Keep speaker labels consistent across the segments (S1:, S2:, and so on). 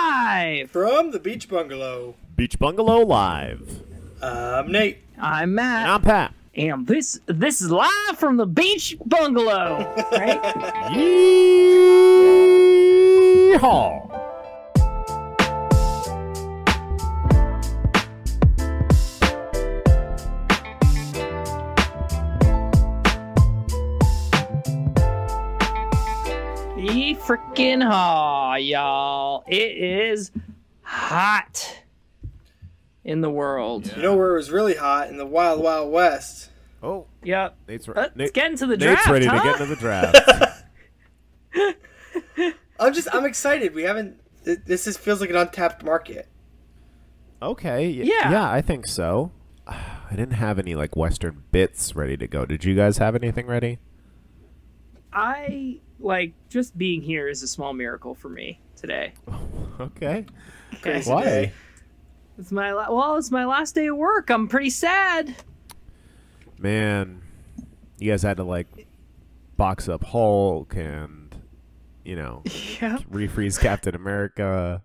S1: Live!
S2: From the Beach Bungalow,
S3: Beach Bungalow Live.
S2: I'm Nate.
S1: I'm Matt.
S3: And I'm Pat.
S1: And this this is live from the beach bungalow, right?
S3: Yeehaw!
S1: Ye freaking haw, y'all! It is hot in the world.
S2: You know where it was really hot in the Wild Wild West.
S3: Oh,
S1: Yep.
S3: Nate's, re-
S1: Let's
S3: Nate-
S1: get into the
S3: Nate's
S1: draft.
S3: ready
S1: huh?
S3: to get into the draft.
S2: I'm just I'm excited. We haven't. th- This just feels like an untapped market.
S3: okay. y-
S1: Yeah.
S3: Yeah, I think so. I didn't have any like Western bits ready to go. Did you guys have anything ready?
S1: I like just being here is a small miracle for me today.
S3: Okay.
S1: 'Kay?
S2: Why? Today.
S1: It's my la- well, it's my last day of work. I'm pretty sad.
S3: Man, you guys had to like box up Hulk and you know
S1: Yeah.
S3: refreeze Captain America.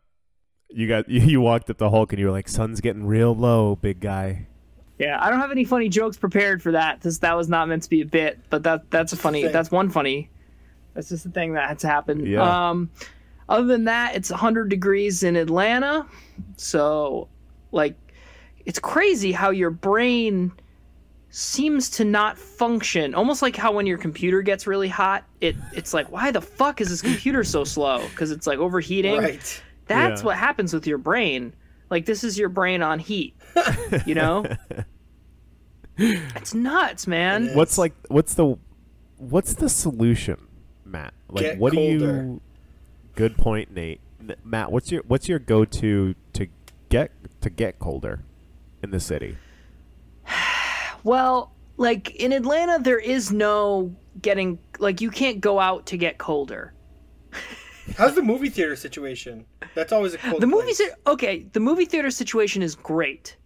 S3: You got you, you walked up to Hulk and you were like, "Sun's getting real low, big guy."
S1: Yeah, I don't have any funny jokes prepared for that. This that was not meant to be a bit, but that that's a funny.
S2: thing.
S1: That's one funny. That's just the thing that has happened.
S3: Yeah.
S1: Um, other than that, it's 100 degrees in Atlanta, so like, it's crazy how your brain seems to not function. Almost like how when your computer gets really hot, it it's like, why the fuck is this computer so slow? Because it's like overheating.
S2: Right.
S1: That's
S3: Yeah.
S1: what happens with your brain. Like this is your brain on heat. You know? it's nuts, man.
S3: What's like what's the what's the solution, Matt? Like
S2: Get
S3: what do
S2: colder.
S3: you Good point, Nate. N- Matt, what's your what's your go-to to get to get colder in the city?
S1: Well, like in Atlanta there is no getting like you can't go out to get colder.
S2: How's the movie theater situation? That's always a cold.
S1: The
S2: place.
S1: movies are okay, the movie theater situation is great.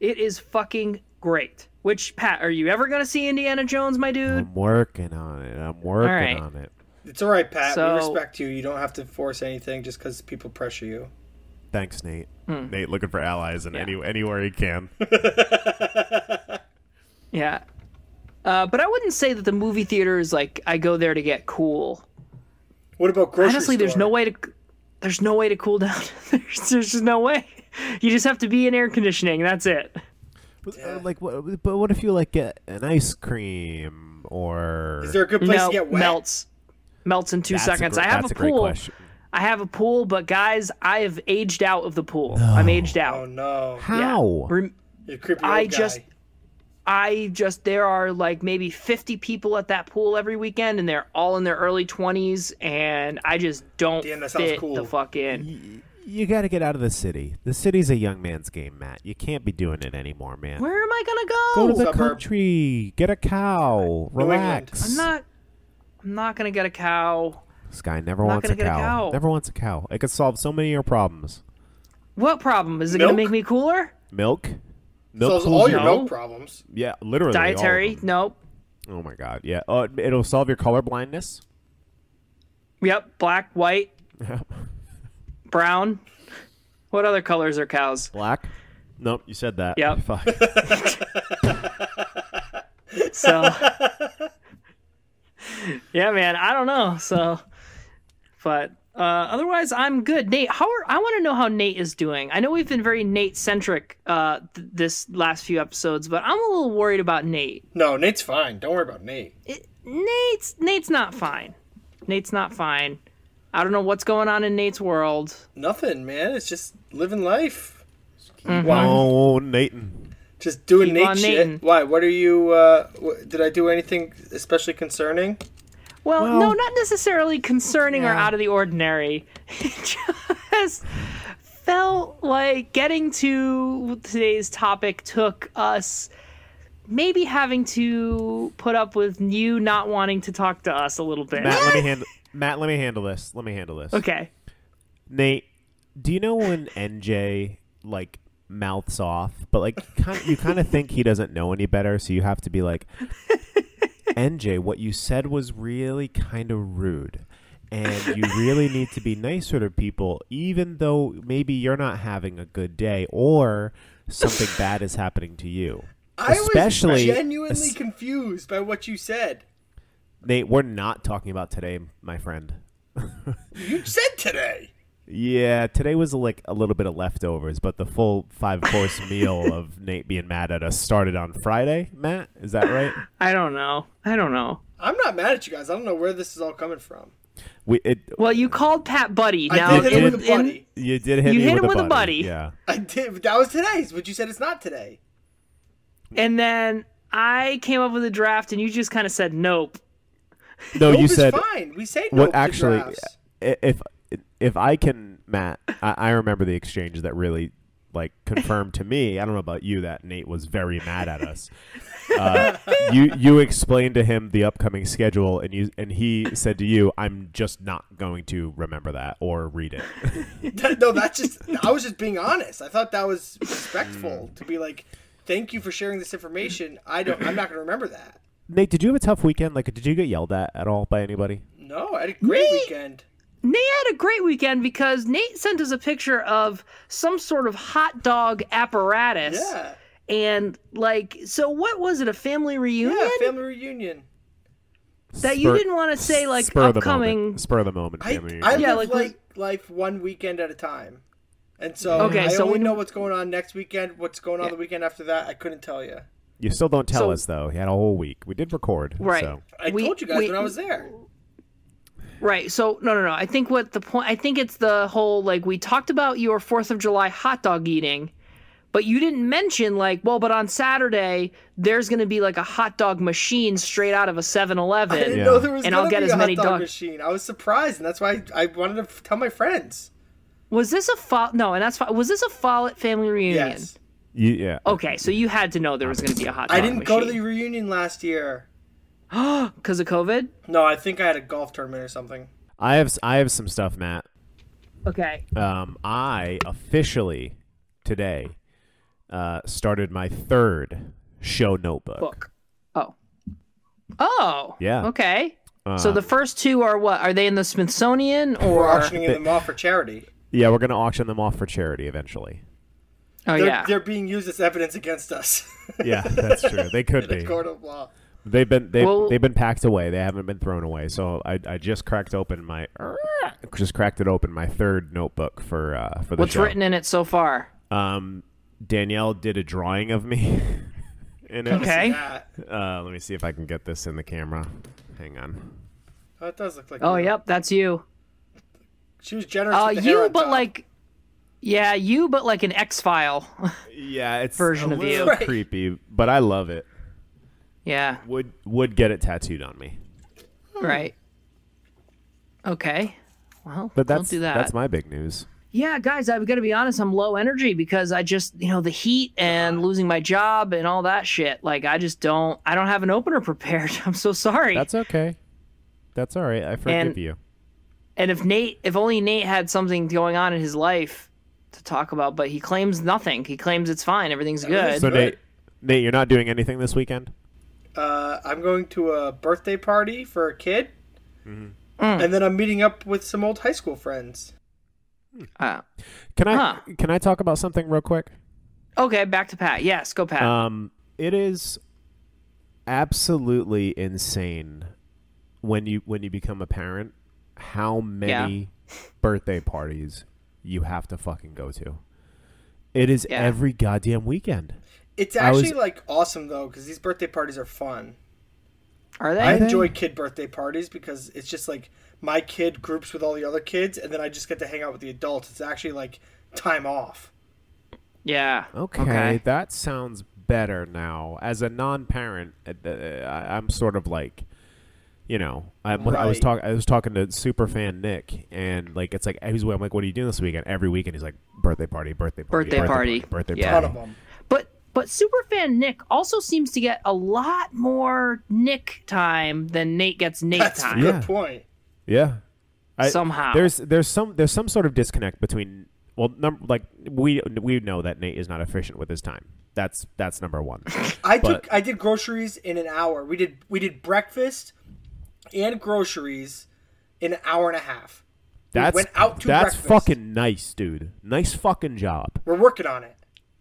S1: It is fucking great. Which Pat, are you ever going to see Indiana Jones, my dude?
S3: I'm working on it. I'm working
S1: right.
S3: on it.
S2: It's all right, Pat.
S1: So-
S2: We respect you. You don't have to force anything just because people pressure you.
S3: Thanks, Nate.
S2: Hmm.
S3: Nate looking for allies in any anywhere he can.
S1: Yeah. Uh, but I wouldn't say that the movie theater is like I go there to get cool.
S2: What about grocery
S1: honestly there's
S2: store?
S1: no way to there's no way to cool down there's, there's just no way you just have to be in air conditioning that's it
S3: But, uh, Like, what, but what if you like get an ice cream or
S2: Is there a good place
S1: no
S2: to get wet?
S1: melts melts in two
S3: That's a
S1: seconds
S3: great-
S1: i have
S3: that's
S1: a
S3: a great
S1: pool
S3: question.
S1: i have a pool but guys i have aged out of the pool i'm aged
S2: Oh
S1: out
S2: no!
S3: how?
S1: Rem-
S2: You're a creepy.
S1: I
S2: old guy.
S1: just- i just there are like maybe 50 people at that pool every weekend and they're all in their early 20s and i just don't
S2: Damn, that sounds
S1: fit
S2: cool.
S1: the fuck in
S3: Y- You got to get out of the city. The city's a young man's game, Matt. You can't be doing it anymore, man.
S1: where am i gonna go
S3: Go to the
S2: Suburb.
S3: country. Get a cow. Relax.
S1: i'm not i'm not gonna get a cow
S3: This guy never
S1: I'm not
S3: wants
S1: gonna
S3: a
S1: get a
S3: cow.
S1: cow.
S3: Never wants a cow. It could solve so many of your problems.
S1: What problem? Is it
S2: Milk?
S1: going to make me cooler?
S3: Milk. Milk.
S2: solves
S3: cools
S2: all your
S1: No.
S2: milk problems.
S3: Yeah, literally. all of
S1: Dietary?
S3: them.
S1: Nope.
S3: Oh my god. Yeah. Oh, it- it'll solve your color blindness.
S1: Yep. Black, white, brown. What other colors are cows?
S3: Black. Nope. You said that.
S1: Yep.
S3: Fuck.
S1: So, yeah, man, I don't know. So, but uh, otherwise, I'm good. Nate, how are I want to know how Nate is doing? I know we've been very Nate centric uh, th- this last few episodes, but I'm a little worried about Nate.
S2: No, Nate's fine. Don't worry about Nate.
S1: It, Nate's Nate's not fine. Nate's not fine. I don't know what's going on in Nate's world.
S2: Nothing, man. It's just living life.
S1: Mm-hmm.
S3: Oh, Nathan.
S2: Just doing
S1: Keep
S2: Nate
S1: on
S2: shit.
S1: Nating.
S2: Why? What are you? Uh, wh- did I do anything especially concerning?
S1: Well,
S3: Well-
S1: no, not necessarily concerning or
S3: Yeah.
S1: out of the ordinary. It just felt like getting to today's topic took us maybe having to put up with you not wanting to talk to us a little bit.
S3: Matt, let me handle. Matt, let me handle this. Let me handle this.
S1: Okay.
S3: Nate, do you know when NJ like mouths off, but like kind you kind of think he doesn't know any better, so you have to be like, NJ, what you said was really kind of rude. and you really need to be nicer to people, even though maybe you're not having a good day or something bad is happening to you.
S2: I was
S3: Especially-
S2: genuinely
S3: es-
S2: confused by what you said.
S3: Nate, we're not talking about today, my friend.
S2: You said today.
S3: Yeah, today was like a little bit of leftovers, but the full five course meal of Nate being mad at us started on Friday. Matt, is that right?
S1: I don't know. I don't know.
S2: I'm not mad at you guys. I don't know where this is all coming from.
S3: We it
S1: Well, you called Pat Buddy. Now
S2: I did hit
S1: in-
S2: him with a
S1: in-
S2: buddy.
S3: you did hit
S1: You
S3: me
S1: hit
S3: with
S1: him
S3: a
S1: with a buddy.
S3: Yeah,
S2: I did. That was today's, but you said it's not today.
S1: and then I came up with a draft, and you just kind of said nope.
S3: no,
S2: Nope
S3: you
S2: is
S3: said
S2: fine. We say
S3: what
S2: nope to
S3: actually
S2: drafts.
S3: i- if if i can matt I, I remember the exchange that really like confirmed to me i don't know about you that nate was very mad at us uh, you you explained to him the upcoming schedule and you and he said to you i'm just not going to remember that or read it
S2: no, that's just. I was just being honest. I thought that was respectful to be like, "Thank you for sharing this information. I don't. I'm not going to remember that."
S3: nate did you have a tough weekend like did you get yelled at at all by anybody
S2: No, I had a great
S1: Me?
S2: weekend.
S1: Nate had a great weekend because Nate sent us a picture of some sort of hot dog apparatus.
S2: Yeah,
S1: And like, so what was it? A family reunion
S2: yeah, family reunion.
S1: that you
S3: Spur-
S1: didn't want to say like
S3: spur of the
S1: upcoming.
S3: moment. spur of the moment
S2: I,
S3: family
S2: I
S3: reunion.
S1: Yeah,
S2: live
S1: like, we-
S2: like life one weekend at a time, and so
S1: Okay,
S2: I
S1: so
S2: only
S1: when-
S2: know what's going on next weekend. What's going on the weekend after that, I couldn't tell you.
S3: you still don't tell
S1: So-
S3: us though you had a whole week we did record
S1: Right.
S3: so.
S2: I
S1: We-
S2: told you guys
S1: we-
S2: when I was there.
S1: Right. So no, no, no. I think what the point. I think it's the whole like we talked about your Fourth of July hot dog eating, but you didn't mention like well, but on Saturday there's going to be like a hot dog machine straight out of a
S2: I didn't
S1: 7-Eleven.
S3: Yeah.
S2: know there was
S1: And I'll
S2: gonna
S1: get
S2: be
S1: as
S2: a
S1: many
S2: hot dog
S1: dog-
S2: machine. I was surprised, and that's why I, I wanted to f- tell my friends.
S1: Was this a fall? No, and that's fo- was this a Follett family reunion? Oh,
S2: Yes,
S3: You- yeah
S1: Okay, so you had to know there was going to be a hot dog.
S2: I didn't go to the reunion last year.
S1: the because of COVID.
S2: No, I think I had a golf tournament or something.
S3: I have s- I have some stuff, Matt.
S1: Okay.
S3: Um, I officially today uh, started my third show notebook.
S1: Book. Oh. Oh.
S3: Yeah.
S1: Okay.
S3: Um,
S1: so the first two are what? Are they in the Smithsonian
S2: We're
S1: or? oh,
S2: auctioning them off for charity.
S3: yeah, we're gonna auction them off for charity eventually.
S1: Oh
S2: They're,
S1: yeah.
S2: they're being used as evidence against us.
S3: Yeah, that's true. They could
S2: in a
S3: be.
S2: court of law.
S3: They've been they
S1: Well-
S3: they've been packed away. They haven't been thrown away. So I, I just cracked open my just cracked it open my third notebook for uh, for the
S1: What's
S3: show.
S1: written in it so far?
S3: Um, Danielle did a drawing of me. in it.
S1: Okay.
S2: Yeah.
S3: Uh, let me see if I can get this in the camera. Hang on.
S2: Oh, it does look like.
S1: Oh,
S2: you.
S1: yep, that's you.
S2: She was generous.
S1: Uh,
S2: with the hair
S1: you,
S2: on
S1: but
S2: top.
S1: like, yeah, you, but like an X File.
S3: Yeah, it's
S1: Version
S3: a
S1: of
S3: little
S1: you.
S2: Right.
S3: creepy, but I love it.
S1: yeah,
S3: Would would get it tattooed on me.
S2: Hmm.
S1: right. Okay. Well,
S3: But that's
S1: don't do that.
S3: that's my big news.
S1: yeah, guys, I've got to be honest. I'm low energy because I just, you know, the heat and
S2: Uh-huh.
S1: losing my job and all that shit. Like, I just don't. I don't have an opener prepared. I'm so sorry.
S3: That's okay. That's all right. I forgive
S1: And-
S3: you.
S1: and if Nate, if only Nate had something going on in his life to talk about, but he claims nothing. He claims it's fine. Everything's good.
S3: So
S2: good.
S3: Nate, Nate, you're not doing anything this weekend.
S2: uh, I'm going to a birthday party for a kid, and then I'm meeting up with some old high school friends.
S1: Uh,
S3: Can I
S1: Huh.
S3: can I talk about something real quick?
S1: okay, back to Pat. Yes, go Pat.
S3: Um, it is absolutely insane when you when you become a parent how many birthday parties you have to fucking go to. It is
S1: Yeah.
S3: every goddamn weekend.
S2: It's
S3: I was-
S2: actually like awesome though, because these birthday parties are fun.
S1: Are
S2: I
S1: they?
S3: think-
S2: enjoy kid birthday parties because it's just like my kid groups with all the other kids, and then I just get to hang out with the adults. It's actually like time off.
S1: Yeah.
S3: Okay, that sounds better now. As a non-parent, uh, uh, I- I'm sort of like, you know, I, I was
S2: Right.
S3: talking. I was talking to super fan Nick, and like, it's like he's. I'm like, what are you doing this weekend? Every weekend, he's like, birthday party, birthday party,
S1: Birthday party.
S3: birthday
S1: Yeah.
S2: Ton
S3: party.
S2: of them.
S1: But but superfan Nick also seems to get a lot more Nick time than Nate gets Nate
S2: That's a
S1: time.
S2: good
S3: Yeah.
S2: point.
S3: Yeah. I-
S1: Somehow.
S3: there's there's some there's some sort of disconnect between well num- like we we know that Nate is not efficient with his time. That's that's number 1.
S2: I
S3: But-
S2: took I did groceries in an hour. We did we did breakfast and groceries in an hour and a half.
S3: That's
S2: went out to
S3: that's
S2: breakfast.
S3: fucking nice, dude. Nice fucking job.
S2: We're working on it.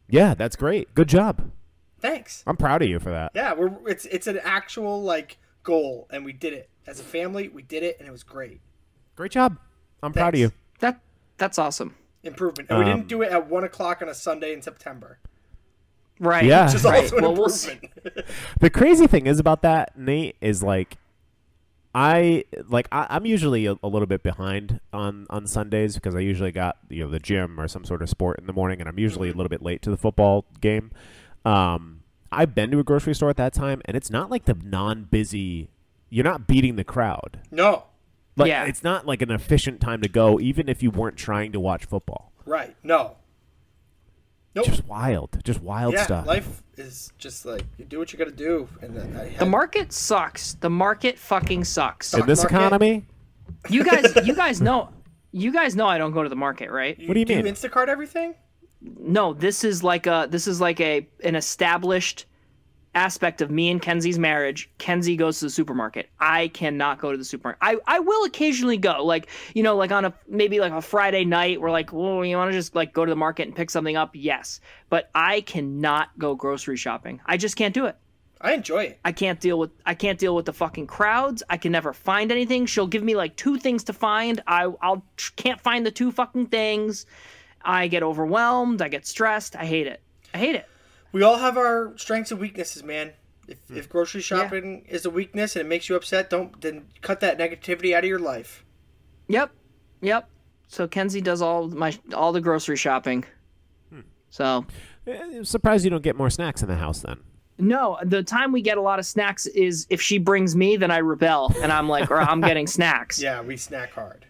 S3: Yeah, that's great. Good job.
S2: Thanks.
S3: I'm proud of you for that.
S2: Yeah, we're it's it's an actual like goal, and we did it as a family. We did it, and it was great.
S3: Great job. I'm proud of you.
S2: Thanks.
S1: That that's awesome.
S2: Improvement, and we
S3: Um,
S2: didn't do it at one o'clock on a Sunday in September.
S1: Right.
S3: Yeah.
S2: Which is
S1: Right.
S2: also an
S1: Well, we'll see.
S2: improvement.
S3: The crazy thing is about that, Nate, is like I like I, I'm usually a, a little bit behind on on Sundays because I usually got you know the gym or some sort of sport in the morning, and I'm usually a little bit late to the football game. Um, I've been to a grocery store at that time, and it's not like the non-busy. You're not beating the crowd.
S2: no,
S3: Like
S1: Yeah.
S3: it's not like an efficient time to go, even if you weren't trying to watch football.
S2: right? No. Nope.
S3: Just wild, just wild
S2: yeah,
S3: stuff.
S2: life is just like you do what you gotta do, and then uh, I had,
S1: The market sucks. The market fucking sucks.
S3: in this
S2: market.
S3: economy,
S1: You guys, you guys know, you guys know I don't go to the market, right?
S3: what do you mean?
S2: Instacart everything?
S1: No, this is like a this is like a an established aspect of me and Kenzie's marriage. Kenzie goes to the supermarket. I cannot go to the supermarket. I I will occasionally go, like you know, like on a maybe like a Friday night. We're like, well, you want to just like go to the market and pick something up? Yes, but I cannot go grocery shopping. I just can't do it.
S2: I enjoy it.
S1: I can't deal with I can't deal with the fucking crowds. I can never find anything. She'll give me like two things to find. I I'll can't find the two fucking things. I get overwhelmed. I get stressed. I hate it. I hate it.
S2: We all have our strengths and weaknesses, man. If,
S1: Hmm.
S2: if grocery shopping is a weakness and it makes you upset, don't then cut that negativity out of your life.
S1: Yep. Yep. So Kenzie does all my all the grocery shopping. So
S3: Eh, I'm surprised you don't get more snacks in the house then.
S1: no, the time we get a lot of snacks is if she brings me, then I rebel and I'm like, or I'm getting snacks.
S2: Yeah, we snack hard.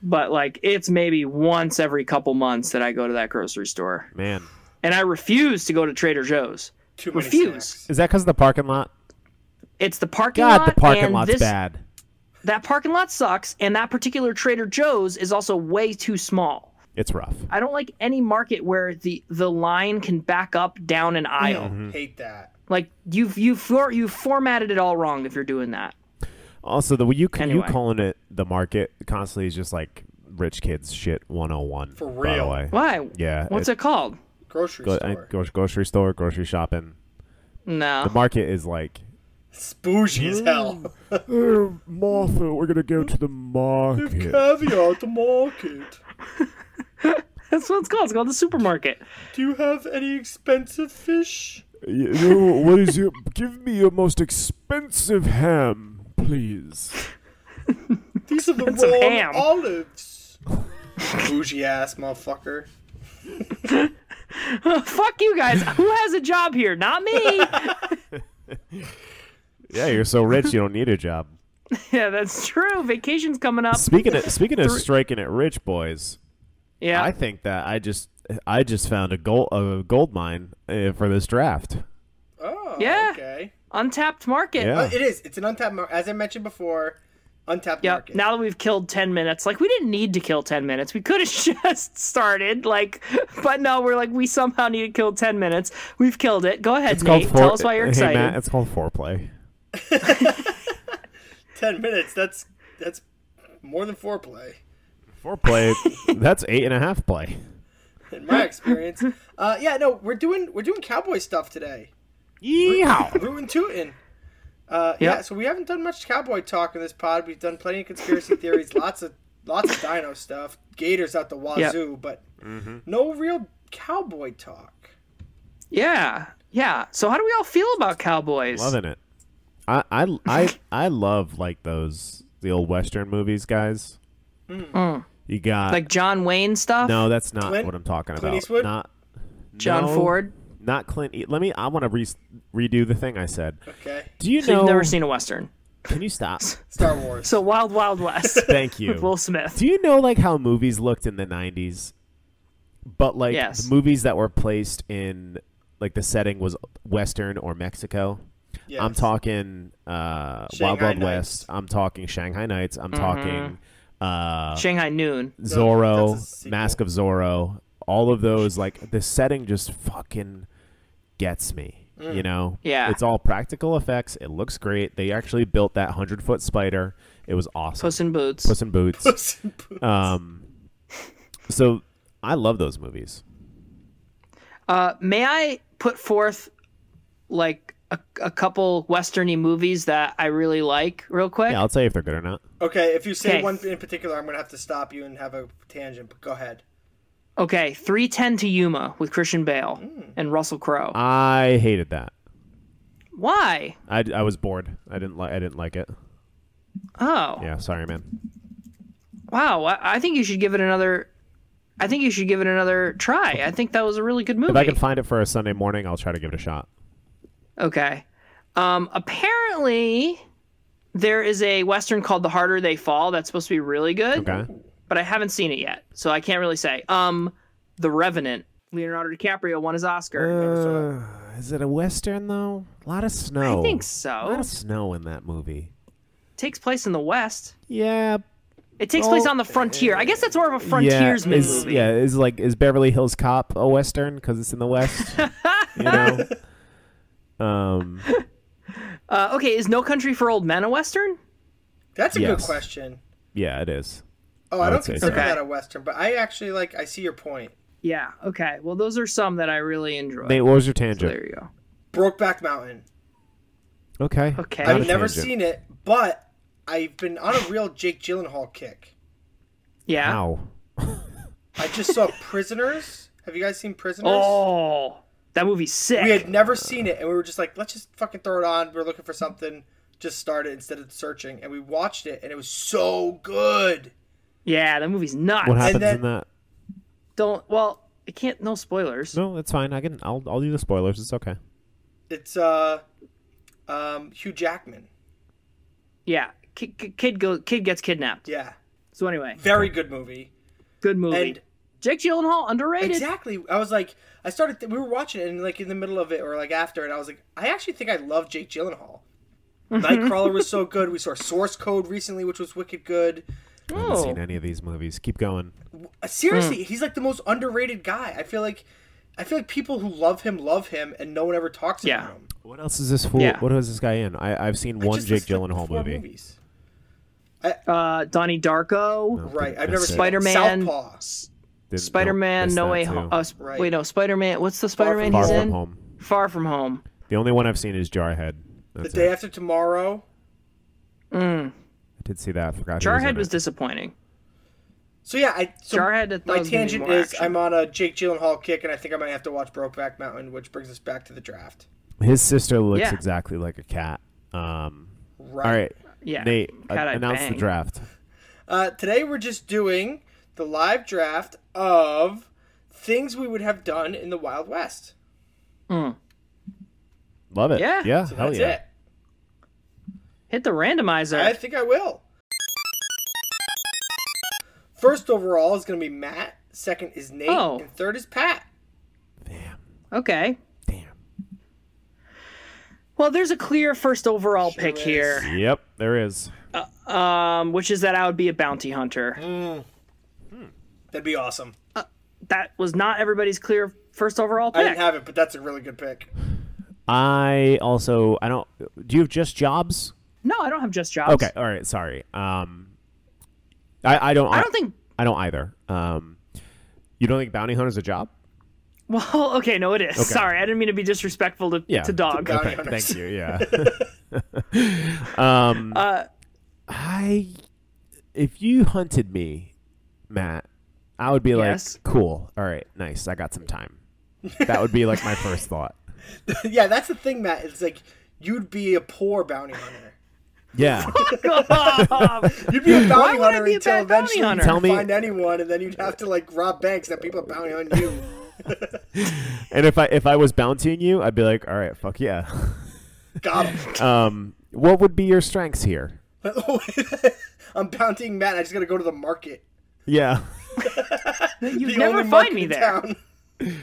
S1: But like, it's maybe once every couple months that I go to that grocery store,
S3: Man,
S1: and I refuse to go to Trader Joe's.
S2: Too many
S1: Refuse.
S2: snacks.
S3: is that because of the parking lot?
S1: It's the parking
S3: God,
S1: lot.
S3: the parking
S1: and
S3: lot's
S1: this,
S3: bad.
S1: That parking lot sucks, and that particular Trader Joe's is also way too small.
S3: It's rough.
S1: I don't like any market where the the line can back up down an
S3: Mm-hmm.
S1: aisle.
S2: Hate that.
S1: Like you've you for you formatted it all wrong if you're doing that.
S3: Also, the you you
S1: Anyway.
S3: calling it the market constantly is just like rich kids shit 101.
S2: For
S3: By the
S2: real.
S3: way.
S1: Why?
S3: Yeah,
S1: What's
S3: it-
S1: it, called?
S2: Grocery
S3: Go, I-
S2: store.
S3: go- grocery store, grocery shopping.
S1: No.
S3: The market is like.
S2: It's bougie as
S1: Mm.
S2: hell.
S3: Martha, we're gonna go to the market.
S2: Caviar at the market.
S1: That's what it's called. It's called the supermarket.
S2: Do you have any expensive fish?
S3: You know, what is your? Give me your most expensive ham, please.
S2: These are the
S1: Expensive
S2: raw
S1: ham.
S2: olives. bougie ass motherfucker.
S1: Fuck you guys. Who has a job here? Not me.
S3: Yeah, you're so rich, you don't need a job.
S1: yeah, that's true. Vacation's coming up.
S3: Speaking of, speaking of striking it rich, boys.
S1: Yeah.
S3: I think that I just I just found a gold a gold mine uh, for this draft.
S2: Oh,
S1: Yeah.
S2: okay.
S1: Untapped market.
S3: Yeah.
S2: Uh, It is. It's an untapped market. As I mentioned before, untapped
S1: Yep.
S2: market.
S1: Now that we've killed ten minutes, like we didn't need to kill ten minutes. We could have just started, like, but no, we're like we somehow need to kill ten minutes. We've killed it. Go ahead, Nate.
S3: fore-
S1: Tell us why you're
S3: Hey,
S1: excited.
S3: Matt, it's called foreplay.
S2: Ten minutes. That's that's more than foreplay,
S3: Foreplay. that's eight and a half play.
S2: in my experience. Uh, yeah, no, we're doing we're doing cowboy stuff today.
S3: Yeehaw!
S2: Rootin' tootin'. Uh, Yeah, so we haven't done much cowboy talk in this pod. We've done plenty of conspiracy theories, lots of lots of dino stuff, gators out the wazoo, but no real cowboy talk.
S1: yeah. Yeah. So how do we all feel about cowboys?
S3: Loving it. I, I I I love like those the old western movies, guys. You got
S1: Mm. Like John Wayne stuff.
S3: no, that's not
S2: Clint-
S3: what I'm talking about.
S2: Clint Eastwood?
S3: Not
S1: John
S3: no,
S1: Ford.
S3: Not Clint. E- Let me. I want to re- redo the thing I said.
S2: Okay,
S3: Do you
S1: So
S3: know?
S1: you've never seen a western.
S3: Can you stop?
S2: Star Wars.
S1: So Wild Wild West.
S3: Thank you.
S1: with Will Smith.
S3: Do you know like how movies looked in the '90s, but like
S1: Yes.
S3: the movies that were placed in like the setting was Western or Mexico. I'm
S2: Yes.
S3: talking uh, Wild
S2: Shanghai
S3: Wild
S2: Nights.
S3: West. I'm talking Shanghai Nights. I'm talking uh,
S1: Shanghai Noon.
S2: that's a
S3: Zorro,
S2: sequel.
S3: Mask of Zorro. All of those like the setting just fucking gets me. You know,
S1: Yeah.
S3: it's all practical effects. It looks great. They actually built that hundred foot spider. It was awesome.
S1: Puss in Boots.
S3: Puss in Boots.
S2: Puss in Boots.
S3: Um, so I love those movies.
S1: Uh, may I put forth like a, a couple westerny movies that I really like, real quick?
S3: Yeah, I'll tell you if they're good or not.
S2: okay, if you say
S1: Okay.
S2: one in particular, I'm gonna have to stop you and have a tangent. But go ahead.
S1: Okay, three ten to Yuma with Christian Bale and Russell Crowe.
S3: Uh, I hated that.
S1: Why?
S3: I, I was bored. I didn't like. I didn't like it.
S1: Oh,
S3: Yeah, sorry, man.
S1: wow! I, I think you should give it another. I think you should give it another try. I think that was a really good movie.
S3: If I can find it for a Sunday morning, I'll try to give it a shot.
S1: Okay. Um, apparently, there is a western called "The Harder They Fall" that's supposed to be really good,
S3: Okay.
S1: but I haven't seen it yet, so I can't really say. Um, The Revenant. Leonardo DiCaprio won his Oscar.
S3: Uh, is it a western though? A lot of snow.
S1: I think
S3: Oh. A
S1: so.
S3: lot of snow in that movie.
S1: takes place in the West.
S3: Yeah,
S1: It takes
S3: Well,
S1: place on the frontier. I guess that's more of a frontiersman
S3: Oh. yeah, is,
S1: movie.
S3: Yeah, is like is Beverly Hills Cop a western because it's in the West? you know. Um,
S1: Uh, okay, is No Country for Old Men a western?
S2: That's a good
S3: Yes.
S2: question.
S3: yeah, it is.
S2: Oh,
S3: I
S2: I
S3: would
S2: don't
S3: say so.
S2: consider
S1: Okay.
S2: that a western, but I actually like. I see your point.
S1: Yeah. Okay. Well, those are some that I really enjoy.
S3: Nate, what was your
S1: So
S3: tangent?
S1: there you go.
S2: Brokeback Mountain.
S3: Okay.
S1: Okay.
S3: not a
S2: I've never
S3: tangent.
S2: seen it, but I've been on a real Jake Gyllenhaal kick.
S1: Yeah.
S3: Ow.
S2: I just saw Prisoners. Have you guys seen Prisoners?
S1: Oh, that movie's sick.
S2: We had never seen it, and we were just like, let's just fucking throw it on. We're looking for something. Just start it instead of searching, and we watched it, and it was so good.
S1: yeah, that movie's nuts.
S3: What happens
S2: then-
S3: in that?
S1: Don't. Well, it can't. No spoilers.
S3: No, it's fine. I can. I'll. I'll do the spoilers. It's okay.
S2: It's uh, um, Hugh Jackman.
S1: Yeah. Kid, kid go. Kid gets kidnapped.
S2: Yeah,
S1: So anyway,
S2: very good movie.
S1: good movie.
S2: And-
S1: Jake Gyllenhaal underrated.
S2: Exactly. I was like, I started. Th- we were watching it, and like in the middle of it, or like after it, I was like, I actually think I love Jake Gyllenhaal.
S1: Mm-hmm.
S2: Nightcrawler was so good. We saw Source Code recently, which was wicked good.
S3: I haven't seen
S1: Oh.
S3: any of these movies. Keep going.
S2: Uh,
S1: Mm.
S2: Seriously, he's like the most underrated guy. I feel like, I feel like people who love him love him, and no one ever talks
S1: Yeah.
S2: about him.
S3: What else is this fool?
S1: Yeah.
S3: What is this guy in? I, I've seen one
S2: Just
S3: Jake
S2: listed
S3: Gyllenhaal
S2: four
S3: movie.
S2: Movies.
S1: Uh, Donnie Darko.
S2: Right. I've
S3: That's
S2: never
S3: it.
S2: seen
S1: Spider-Man.
S2: Southpaw.
S3: Didn't- nope,
S1: Spider-Man.
S3: missed
S1: no
S3: that
S1: way
S3: too.
S1: home. Uh, sp-
S2: Right.
S1: Wait, no. Spider-Man. What's the Spider-Man
S2: From
S1: he's
S3: Far
S1: in?
S3: from home.
S1: Far from home.
S3: The only one I've seen is Jarhead.
S2: The
S3: That's
S2: day
S3: it.
S2: after tomorrow.
S3: I did see that. I forgot. who
S1: Jarhead
S3: was,
S1: was
S3: in it.
S1: disappointing.
S2: So yeah, I so
S1: Jarhead, I thought
S2: My
S1: was gonna be
S2: tangent
S1: more
S2: is
S1: action.
S2: I'm on a Jake Gyllenhaal kick, and I think I might have to watch Brokeback Mountain, which brings us back to the draft.
S3: His sister looks
S1: Yeah.
S3: exactly like a cat. Um,
S2: Right.
S3: all right,
S1: Yeah.
S3: Nate, uh,
S1: God, I
S3: announce the
S1: bang.
S3: draft.
S2: Uh, today we're just doing the live draft of things we would have done in the Wild West.
S3: Love it.
S1: Yeah.
S3: yeah,
S2: So
S3: hell
S2: that's
S3: yeah.
S2: it.
S1: Hit the randomizer.
S2: I think I will. First overall is going to be Matt. Second is Nate,
S1: Oh.
S2: and third is Pat.
S3: Damn,
S1: Okay.
S3: damn.
S1: Well, there's a clear first overall pick
S2: is.
S1: here,
S3: Yep, there is.
S1: um, which is that I would be a bounty hunter.
S2: That'd be awesome.
S1: That was not everybody's clear first overall
S2: I
S1: pick.
S2: didn't have it, but that's a really good pick.
S3: I also I don't. Do you have just jobs?
S1: no, I don't have just jobs.
S3: Okay, all right. Sorry. Um, I I don't
S1: I don't think.
S3: I don't either. Um, you don't think bounty hunter's a job?
S1: Well, okay, no, it is. Sorry, I didn't mean to be disrespectful to,
S3: Yeah.
S1: to dog.
S2: Bounty
S3: Okay,
S2: hunters.
S3: thank you. Yeah. um,
S1: Uh,
S3: I, if you hunted me, Matt, I would be like,
S1: Yes.
S3: cool. All right, nice. I got some time. That would be like my first thought.
S2: yeah, that's the thing, Matt. It's like you'd be a poor bounty hunter.
S3: Yeah.
S1: Uh,
S2: You'd be a bounty
S1: Why would I
S2: hunter
S1: be a
S2: until
S1: bad bounty
S2: eventually
S1: hunter?
S2: you
S3: Tell
S2: couldn't
S3: me-
S2: find anyone, and then you'd have to like rob banks that people are bounty on you.
S3: and if I if I was bountying you, I'd be like, all right, fuck yeah.
S2: Got 'em.
S3: Um, what would be your strengths here?
S2: I'm bountying Matt. I just gotta go to the market.
S3: Yeah.
S1: You'd
S2: The
S1: never find
S2: only market
S1: me
S2: in
S1: there.
S2: town.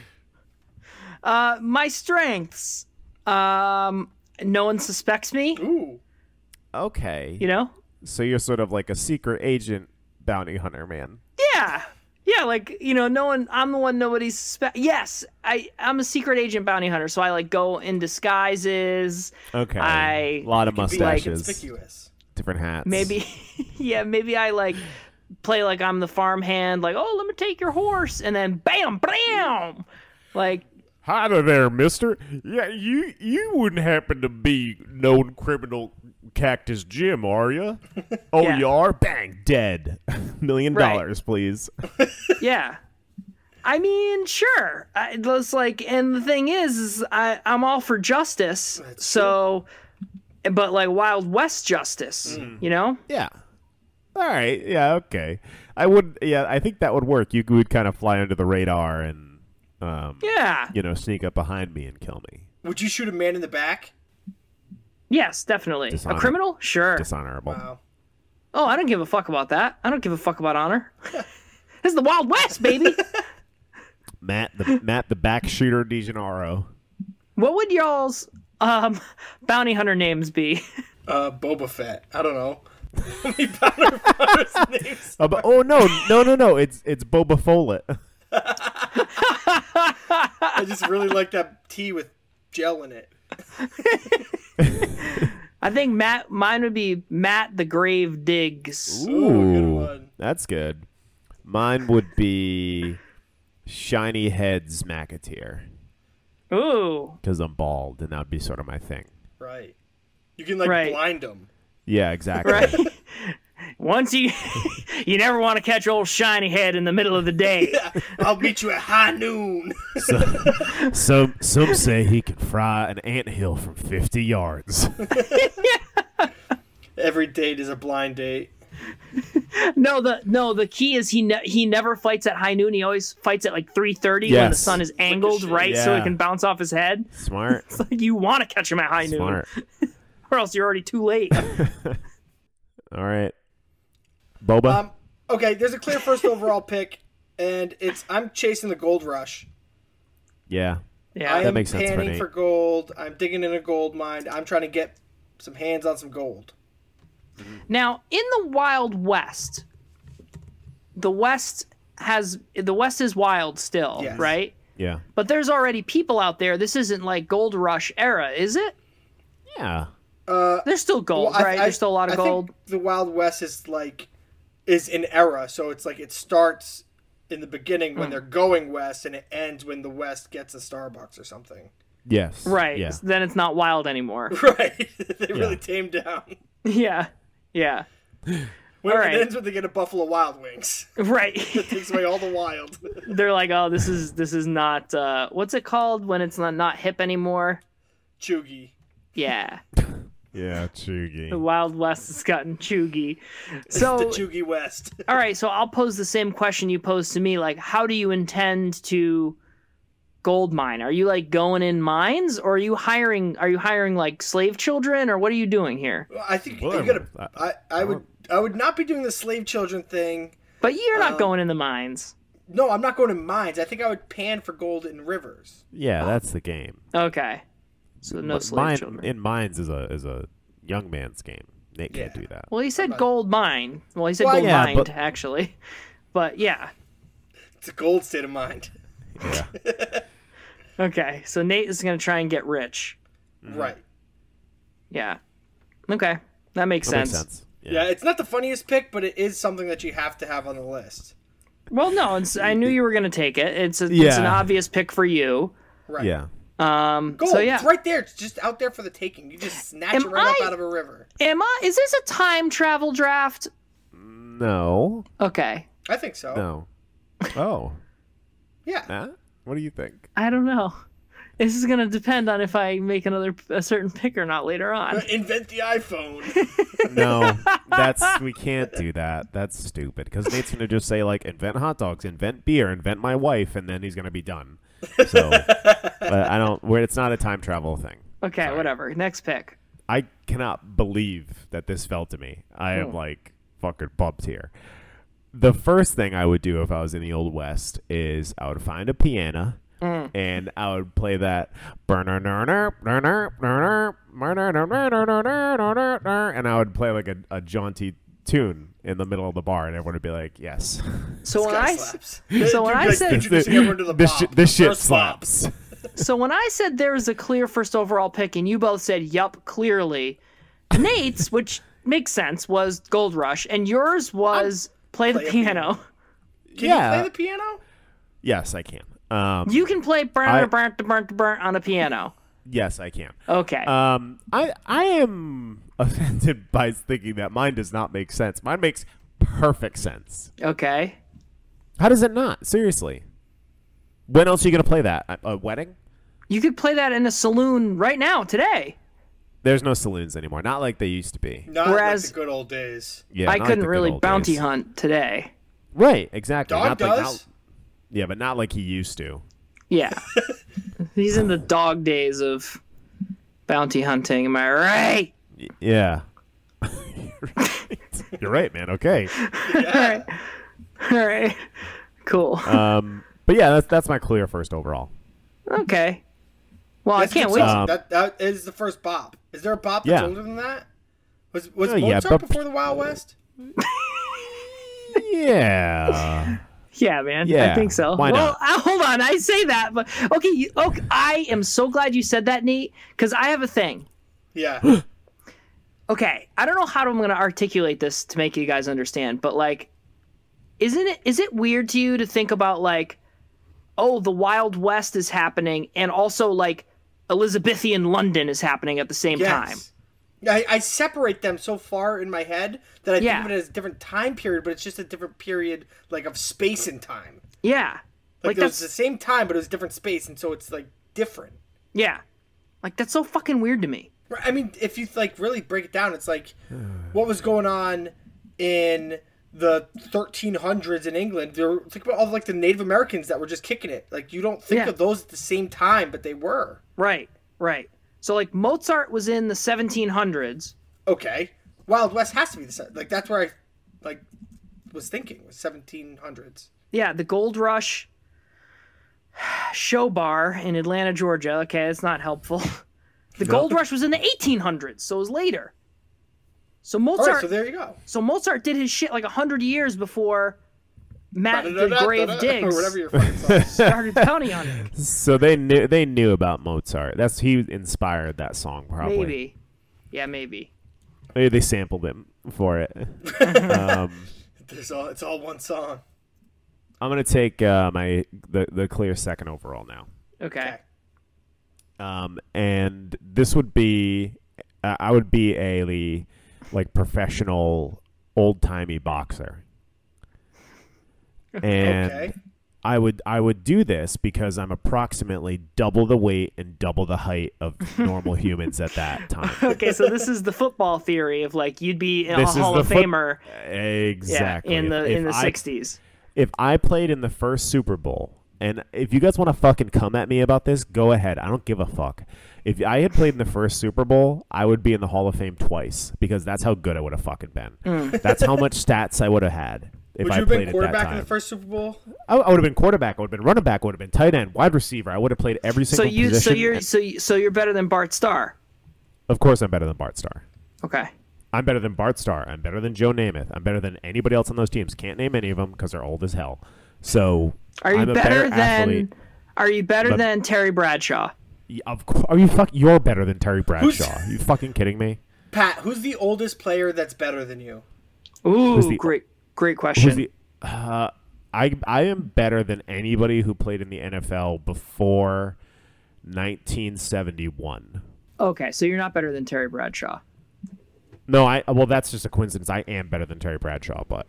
S1: Uh, my strengths. Um, no one suspects me.
S2: Ooh,
S3: Okay.
S1: You know.
S3: So you're sort of like a secret agent bounty hunter man.
S1: Yeah. Yeah, like you know, no one. I'm the one nobody suspects. Yes, I I'm a secret agent bounty hunter, so I like go in disguises.
S3: Okay.
S1: I
S3: a lot of
S2: Be like,
S3: mustaches,
S2: conspicuous.
S3: different hats.
S1: maybe, yeah, maybe I like play like I'm the farmhand. Like, oh, let me take your horse, and then bam, bam, like
S4: Hi there, mister. Yeah, you you wouldn't happen to be known criminal Cactus Jim, are you?
S3: Oh,
S1: Yeah.
S3: you are bang dead. Million
S1: Right.
S3: dollars, please.
S1: yeah. I mean, sure. I, it was like, and the thing is, is I, I'm all for justice. so, but like Wild West justice, you know?
S3: Yeah. All right. Yeah. Okay. I would. Yeah. I think that would work. You would kind of fly under the radar and, um,
S1: Yeah.
S3: you know, sneak up behind me and kill me.
S2: Would you shoot a man in the back?
S1: Yes, definitely.
S3: Dishonor.
S1: A criminal? Sure.
S3: Dishonorable.
S2: Wow.
S1: oh, I don't give a fuck about that. I don't give a fuck about honor. this is the Wild West, baby.
S3: Matt the Matt the back shooter DiGennaro.
S1: what would y'all's um, bounty hunter names be?
S2: Uh, Boba Fett. I don't know. How many Bounty Hunters' names?
S3: Oh, but- oh no, no, no, no! It's it's Boba Follett.
S2: I just really like that tea with gel in it.
S1: I think Matt. Mine would be Matt the Grave Digs.
S2: Ooh, good one.
S3: that's good. Mine would be shiny heads McAteer
S1: Ooh.
S3: because I'm bald, and that would be sort of my thing.
S2: Right. You can like
S1: Right.
S2: blind them.
S3: Yeah, exactly.
S1: right? Once you, you never want to catch old shiny head in the middle of the day.
S2: I'll meet you at high noon.
S3: Some some say he can fry an anthill from 50 yards.
S2: Every date is a blind date.
S1: No, the no, the key is he ne- he never fights at high noon. He always fights at like three thirty when the
S3: Yes.
S1: sun is angled
S2: Ricochet.
S1: right, so
S3: Yeah.
S1: it can bounce off his head.
S3: Smart.
S1: Like you want to catch him at high
S3: Smart.
S1: noon, or else you're already too late.
S3: All right. Boba.
S2: Um, okay, there's a clear first overall pick, and it's I'm chasing the gold rush.
S3: yeah.
S1: Yeah,
S2: I am
S3: makes sense for
S2: panning
S3: Nate.
S2: for gold. I'm digging in a gold mine. I'm trying to get some hands on some gold.
S1: Now, in the Wild West, the West has the West is wild still,
S2: Yes.
S1: right?
S3: Yeah.
S1: But there's already people out there. This isn't like Gold Rush era, is it?
S3: Yeah.
S1: There's still gold,
S2: Uh, Well, I-
S1: right?
S2: I-
S1: There's still a lot of
S2: I think
S1: gold.
S2: the Wild West is like is an era, so it's like it starts in the beginning
S1: Hmm.
S2: when they're going west, and it ends when the West gets a Starbucks or something.
S3: Yes.
S1: Right.
S3: Yeah.
S1: Then it's not wild anymore.
S2: Right? they really tame down.
S1: yeah. Yeah.
S2: When
S1: All
S2: It
S1: right.
S2: ends when they get a Buffalo Wild Wings.
S1: Right.
S2: Takes away all the wild.
S1: They're like, "Oh, this is this is not uh what's it called when it's not not hip anymore?"
S2: Chugi.
S1: Yeah.
S3: Yeah,
S1: The
S3: Chugi.
S1: Wild West has gotten chuggy.
S2: the
S1: So,
S2: Chugi West.
S1: all right, so I'll pose the same question you posed to me like how do you intend to gold mine? Are you like going in mines or are you hiring are you hiring like slave children or what are you doing here?
S2: I think
S3: Well,
S2: you gotta.
S3: I-
S2: I, I would I would not be doing the slave children thing.
S1: But you're not going in the mines.
S2: No, I'm not going to mines. I think I would pan for gold in rivers.
S3: Yeah, that's the game.
S1: Okay. So no
S3: But
S1: slave
S3: mine-
S1: children.
S3: In mines is a is a young man's game. Nate can't
S2: Yeah.
S3: do that.
S1: Well, he said gold mine. Well, he said
S2: Well,
S1: gold
S3: yeah,
S1: mine
S3: but-
S1: actually, but yeah.
S2: It's a gold state of mind.
S1: Okay, so Nate is gonna try and get rich.
S3: Mm-hmm.
S2: Right.
S1: Yeah. Okay, that makes,
S3: That makes
S1: sense.
S3: sense. Yeah.
S2: Yeah, it's not the funniest pick, but it is something that you have to have on the list.
S1: Well, no, it's, I knew you were gonna take it. It's a, it's
S3: Yeah.
S1: an obvious pick for you.
S2: Right.
S3: Yeah.
S1: Um,
S2: Gold.
S1: so yeah,
S2: It's right there. It's just out there for the taking. You just snatch
S1: Am
S2: it right
S1: I-
S2: up out of a river.
S1: Emma, is this a time travel draft?
S3: No.
S1: Okay,
S2: I think so.
S3: No. Uh, Oh.
S2: Yeah.
S3: Matt? What do you think?
S1: I don't know. This is gonna depend on if I make another a certain pick or not later on.
S2: Invent the iPhone.
S3: No, that's we can't do that. That's stupid. Because Nate's gonna just say like, invent hot dogs, invent beer, invent my wife, and then he's gonna be done. So but I don't. Where it's not a time travel thing.
S1: Okay, whatever. Next pick.
S3: I cannot believe that this fell to me. I am like fucking bumped here. The first thing I would do if I was in the old west is I would find a piano and I would play that and I would play like a, a jaunty tune in the middle of the bar, and everyone would be like, "Yes,
S1: So when
S2: guy
S1: I
S2: slaps.
S1: so when I
S2: Like,
S1: said-
S2: introducing everyone to the
S3: this,
S2: bop.
S3: shit- this shit
S2: First bop.
S3: slaps."
S1: so when I said there is a clear first overall pick, and you both said "Yup, clearly," Nate's, which makes sense, was Gold Rush, and yours was play the
S2: Play a
S1: piano.
S2: Can
S3: Yeah.
S2: you play the piano?
S3: Yes, I can. Um,
S1: You can play burn,
S3: I-
S1: burn, burn, burn on a piano.
S3: yes, I can.
S1: Okay.
S3: Um, I I am offended by thinking that mine does not make sense. Mine makes perfect sense.
S1: okay.
S3: How does it not? Seriously. When else are you gonna play that? A, a wedding?
S1: You could play that in a saloon right now, today.
S3: There's no saloons anymore. Not like they used to be.
S2: Not
S1: Whereas-
S2: like the good old days.
S3: Yeah,
S1: I
S3: not like
S1: couldn't
S3: the good
S1: really
S3: old
S1: bounty
S3: days.
S1: hunt today.
S3: Right, exactly.
S2: Dog
S3: Not
S2: does.
S3: like- not- yeah, but not like he used to.
S1: Yeah. He's in the dog days of bounty hunting, am I right?
S3: Yeah. You're right. You're right, man. Okay.
S1: All right. Cool.
S3: Um, but yeah, that's that's my clear first overall.
S1: okay. Well, I
S2: That's
S1: can't wait.
S2: good song.
S3: Um,
S2: that that is the first bop. Is there a bop that's
S3: Yeah.
S2: older than that? Was was
S3: Oh, yeah,
S2: Mozart
S3: but-
S2: before the Wild West?
S3: Yeah.
S1: Yeah, man. I
S3: Yeah,
S1: think so.
S3: why
S1: well,
S3: not?
S1: I, hold on. I say that, but okay, you, okay. I am so glad you said that, Nate, because I have a thing.
S2: Yeah.
S1: Okay, I don't know how I'm going to articulate this to make you guys understand, but like, isn't it is it weird to you to think about like, oh, the Wild West is happening, and also like Elizabethan London is happening at the same time.
S2: yes. I, I separate them so far in my head that I
S1: Yeah.
S2: think of it as a different time period, but it's just a different period like of space and time.
S1: Yeah, like
S2: Like, it was
S1: that's
S2: the same time, but it was different space, and so it's like different.
S1: yeah, like that's so fucking weird to me.
S2: Right, I mean, if you like really break it down, it's like
S3: Oh,
S2: what was going on in the 1300s in England. There, think about all like the Native Americans that were just kicking it. Like you don't think
S1: Yeah.
S2: of those at the same time, but they were
S1: Right, right. So like Mozart was in the 1700s.
S2: okay. Wild West has to be the se- like that's where I like was thinking was 1700s.
S1: yeah, the Gold Rush show bar in Atlanta, Georgia. Okay, that's not helpful. The Gold Rush was in the 1800s, so it was later. So
S2: All
S1: Mozart,
S2: right, so there you go.
S1: so Mozart did his shit like hundred years before Matt did
S2: Da-da-da-da-da-da,
S1: grave
S2: or
S1: digs
S2: whatever your fucking song is.
S1: started bounty hunting.
S3: So they knew they knew about Mozart. That's he inspired that song probably.
S1: Maybe, yeah, maybe.
S3: Maybe they sampled him for it.
S2: There's all it's all one song.
S3: I'm gonna take uh, my the the clear second overall now.
S1: Okay.
S2: Okay.
S3: Um, and this would be uh, I would be a like professional old timey boxer. And
S2: Okay.
S3: I would I would do this because I'm approximately double the weight and double the height of normal humans at that time.
S1: Okay, so this is the football theory of like you'd be a
S3: This is
S1: Hall
S3: the
S1: of
S3: foot-
S1: Famer, yeah,
S3: Exactly.
S1: in the
S3: If
S1: in the
S3: I-
S1: '60s.
S3: if I played in the first Super Bowl, and if you guys want to fucking come at me about this, go ahead. I don't give a fuck. If I had played in the first Super Bowl, I would be in the Hall of Fame twice because that's how good I would have fucking been.
S1: Mm.
S3: That's how much stats I would have had if
S2: Would
S3: I
S2: you have
S3: played
S2: been
S3: at that
S2: quarterback
S3: time.
S2: in the first Super Bowl?
S3: I, I would have been quarterback. I would have been running back. I would have been tight end, wide receiver. I would have played every
S1: So
S3: single
S1: you, so
S3: position.
S1: you're, so you, so you're better than Bart Starr.
S3: of course, I'm better than Bart Starr.
S1: Okay.
S3: I'm better than Bart Starr. I'm better than Joe Namath. I'm better than anybody else on those teams. Can't name any of them because they're old as hell. So
S1: Are you
S3: I'm a
S1: better,
S3: better
S1: than
S3: athlete.
S1: Are you better
S3: But-
S1: than Terry Bradshaw?
S3: Y- Of course, are you fuck? You're better than Terry Bradshaw. you fucking kidding me?
S2: Pat, who's the oldest player that's better than you?
S1: Ooh,
S3: the-
S1: great great
S3: Who's
S1: question.
S3: the? Uh, I I am better than anybody who played in the NFL before 1971.
S1: okay, so you're not better than Terry Bradshaw.
S3: No, I well that's just a coincidence. I am better than Terry Bradshaw, but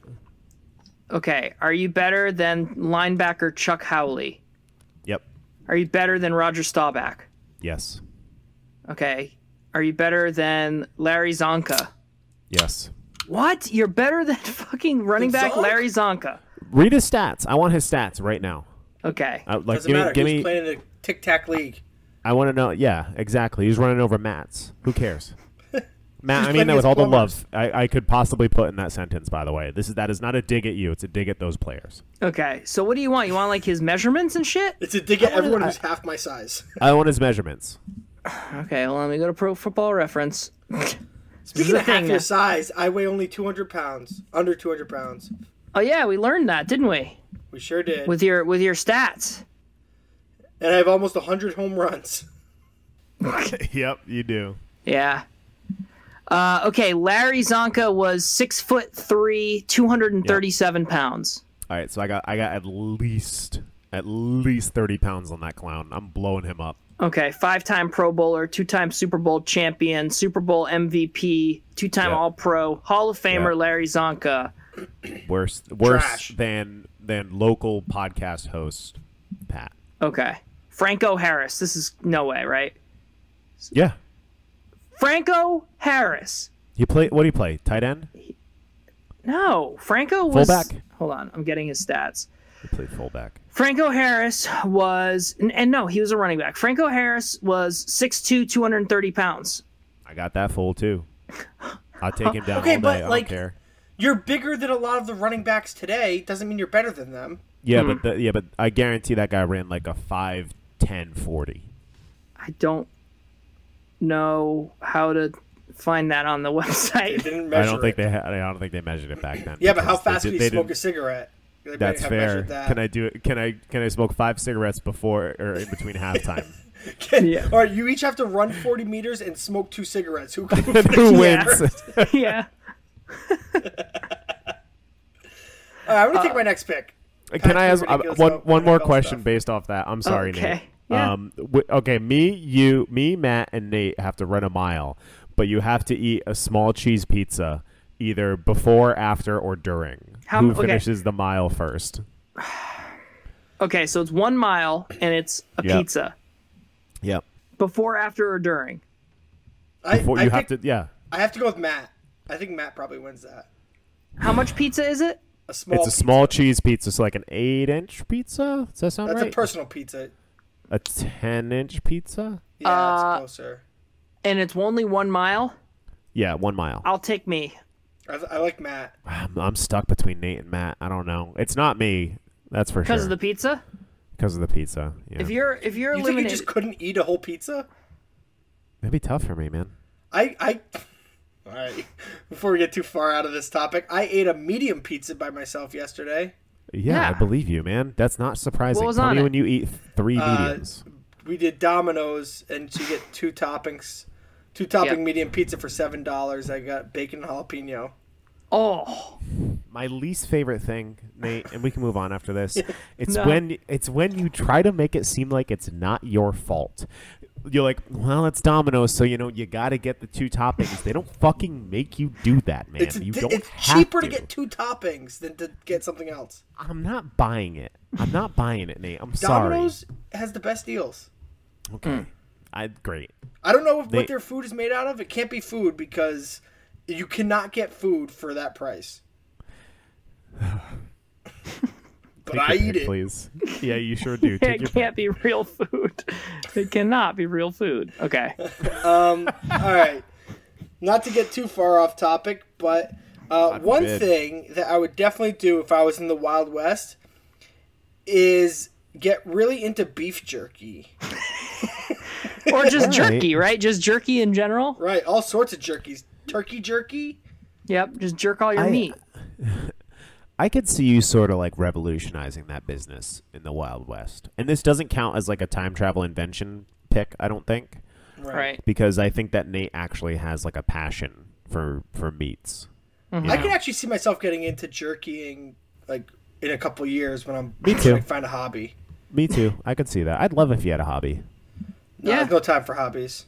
S1: Okay, are you better than linebacker Chuck Howley?
S3: yep,
S1: Are you better than Roger Staubach?
S3: yes,
S1: Okay. Are you better than Larry Zonka?
S3: yes.
S1: What? You're better than fucking running
S2: Than
S1: back
S2: Zonk?
S1: Larry Zonka.
S3: Read his stats. I want his stats right now.
S1: Okay.
S3: I, like,
S2: Doesn't
S3: give
S2: matter.
S3: me, give
S2: He's
S3: me.
S2: playing in a tic tac league.
S3: I want to know. Yeah, exactly. He's running over Matt's. Who cares? Matt, I mean
S2: playing
S3: that
S2: against
S3: with all the
S2: plumbers.
S3: love I, I could possibly put in that sentence. By the way, this is that is not a dig at you. It's a dig at those players.
S1: Okay. So what do you want? You want like his measurements and shit?
S2: It's a dig at everyone who's half my size.
S3: I want his measurements.
S1: Okay, well let me go to pro football reference. This is
S2: Speaking
S1: the
S2: of half
S1: thing.
S2: your size, I weigh only 200 pounds, under 200 pounds.
S1: Oh yeah, we learned that, didn't we?
S2: We sure did.
S1: With your with your stats.
S2: and I have almost 100 home runs.
S3: yep, you do.
S1: Yeah. Uh, okay, Larry Zonka was six foot three, two hundred and thirty-seven pounds.
S3: All right, so I got I got at least at least thirty pounds on that clown. I'm blowing him up.
S1: Okay, five-time Pro Bowler, two-time Super Bowl champion, Super Bowl MVP, two-time
S3: Yeah.
S1: All-Pro, Hall of Famer
S3: Yeah.
S1: Larry Zonka.
S3: Worse worse
S2: Trash.
S3: than than local podcast host Pat.
S1: Okay, Franco Harris. This is no way, right?
S3: Yeah,
S1: Franco Harris.
S3: he play. What do you play? Tight end.
S1: No, Franco was.
S3: Fullback.
S1: Hold on, I'm getting his stats.
S3: He played fullback.
S1: Franco Harris was, and, and no, he was a running back. Franco Harris was 6'2", 230 pounds.
S3: I got that fool too. I'll take him down
S2: Okay,
S3: all day.
S2: but,
S3: I
S2: like-
S3: don't care.
S2: You're bigger than a lot of the running backs today. Doesn't mean you're better than them.
S3: Yeah,
S1: Hmm.
S3: but the, yeah, but I guarantee that guy ran like a 5, 10, 40.
S1: I don't know how to find that on the
S2: They
S1: website.
S2: didn't
S3: I
S2: measure
S3: don't think
S2: it.
S3: they. Ha- I don't think they measured it back then.
S2: Yeah, but how
S3: because they
S2: fast
S3: did-
S2: can you
S3: they
S2: smoke a
S3: didn't-
S2: cigarette? They might
S3: That's
S2: have
S3: fair.
S2: measured that.
S3: Can I do it? Can I? Can I smoke five cigarettes before or in between halftime?
S2: Can,
S1: Yeah.
S2: All right, you each have to run 40 meters and smoke two cigarettes. Who, who
S3: And who
S1: Yeah.
S3: wins?
S1: yeah.
S2: All right, I'm gonna take my next pick.
S3: Can I
S2: Patrick
S3: ask uh,
S2: Ridiculous
S3: one
S2: about
S3: one more
S2: NFL
S3: question
S2: stuff.
S3: based off that? I'm sorry,
S1: Okay.
S3: Nate.
S1: Yeah.
S3: Um, w- okay, me, you, me, Matt, and Nate have to run a mile, but you have to eat a small cheese pizza either before, after, or during.
S1: How-
S3: Who
S1: okay.
S3: finishes the mile first?
S1: Okay, so it's one mile and it's a
S3: Yeah.
S1: pizza.
S3: Yep.
S1: Before, after, or during?
S2: I,
S3: Before
S2: I
S3: you
S2: picked,
S3: have to, yeah.
S2: I have to go with Matt. I think Matt probably wins that.
S1: How much pizza is it?
S2: A small.
S3: It's a small cheese pizza, so like an eight-inch pizza. Does that sound
S2: That's
S3: right?
S2: a personal pizza.
S3: a ten-inch pizza.
S2: Yeah, it's closer.
S1: And it's only one mile?
S3: Yeah, one mile.
S1: I'll take me.
S2: I, I like Matt.
S3: I'm, I'm stuck between Nate and Matt. I don't know. It's not me. That's for
S1: Because
S3: sure.
S1: of the pizza?
S3: because of the pizza. Yeah.
S1: If you're if you're
S2: You think you
S1: eliminated,
S2: just couldn't eat a whole pizza?
S3: That'd be tough for me, man.
S2: I, I. All right. Before we get too far out of this topic, I ate a medium pizza by myself yesterday.
S3: Yeah, I
S1: Yeah.
S3: believe you, man. That's not surprising.
S1: was
S3: Tell
S1: on
S3: me
S1: it? Uh,
S3: when you eat three mediums.
S2: We did Domino's, and you get two toppings, two topping
S1: Yeah.
S2: medium pizza for seven dollars. I got bacon and jalapeno.
S1: oh,
S3: My least favorite thing, Nate, and we can move on after this. It's
S1: No.
S3: when it's when you try to make it seem like it's not your fault. You're like, well, it's Domino's, so you know you got to get the two toppings. They don't fucking make you do that, man.
S2: It's,
S3: you
S2: di-
S3: don't
S2: it's
S3: have
S2: cheaper to
S3: to
S2: get two toppings than to get something else.
S3: I'm not buying it. I'm not buying it, Nate. I'm
S2: Domino's has the best deals.
S3: sorry. Okay, I great.
S2: I don't know if,
S3: They-
S2: what their food is made out of. It can't be food because you cannot get food for that price. but
S3: Take
S2: I
S3: your
S2: eat
S3: pick,
S2: it.
S3: please. Yeah, you sure do. Take your
S1: it
S3: pick.
S1: can't be real food. It cannot be real food. Okay.
S2: All right. Not to get too far off topic, but uh, one
S3: forbid.
S2: thing that I would definitely do if I was in the Wild West is get really into beef jerky.
S1: Or just
S3: All right.
S1: jerky, right? Just jerky in general?
S2: Right, all sorts of jerkies. Turkey jerky.
S1: Yep, just jerk all your
S3: I-
S1: meat.
S3: I could see you sort of like revolutionizing that business in the Wild West. And this doesn't count as like a time travel invention pick, I don't think,
S1: Right.
S3: because I think that Nate actually has like a passion for for meats. You
S2: I
S3: know?
S2: can actually see myself getting into jerkying like in a couple years when I'm
S3: Me too.
S2: Like, find a hobby.
S3: Me too. I could see that. I'd love if you had a hobby.
S2: No,
S1: Yeah.
S2: there's no time for hobbies.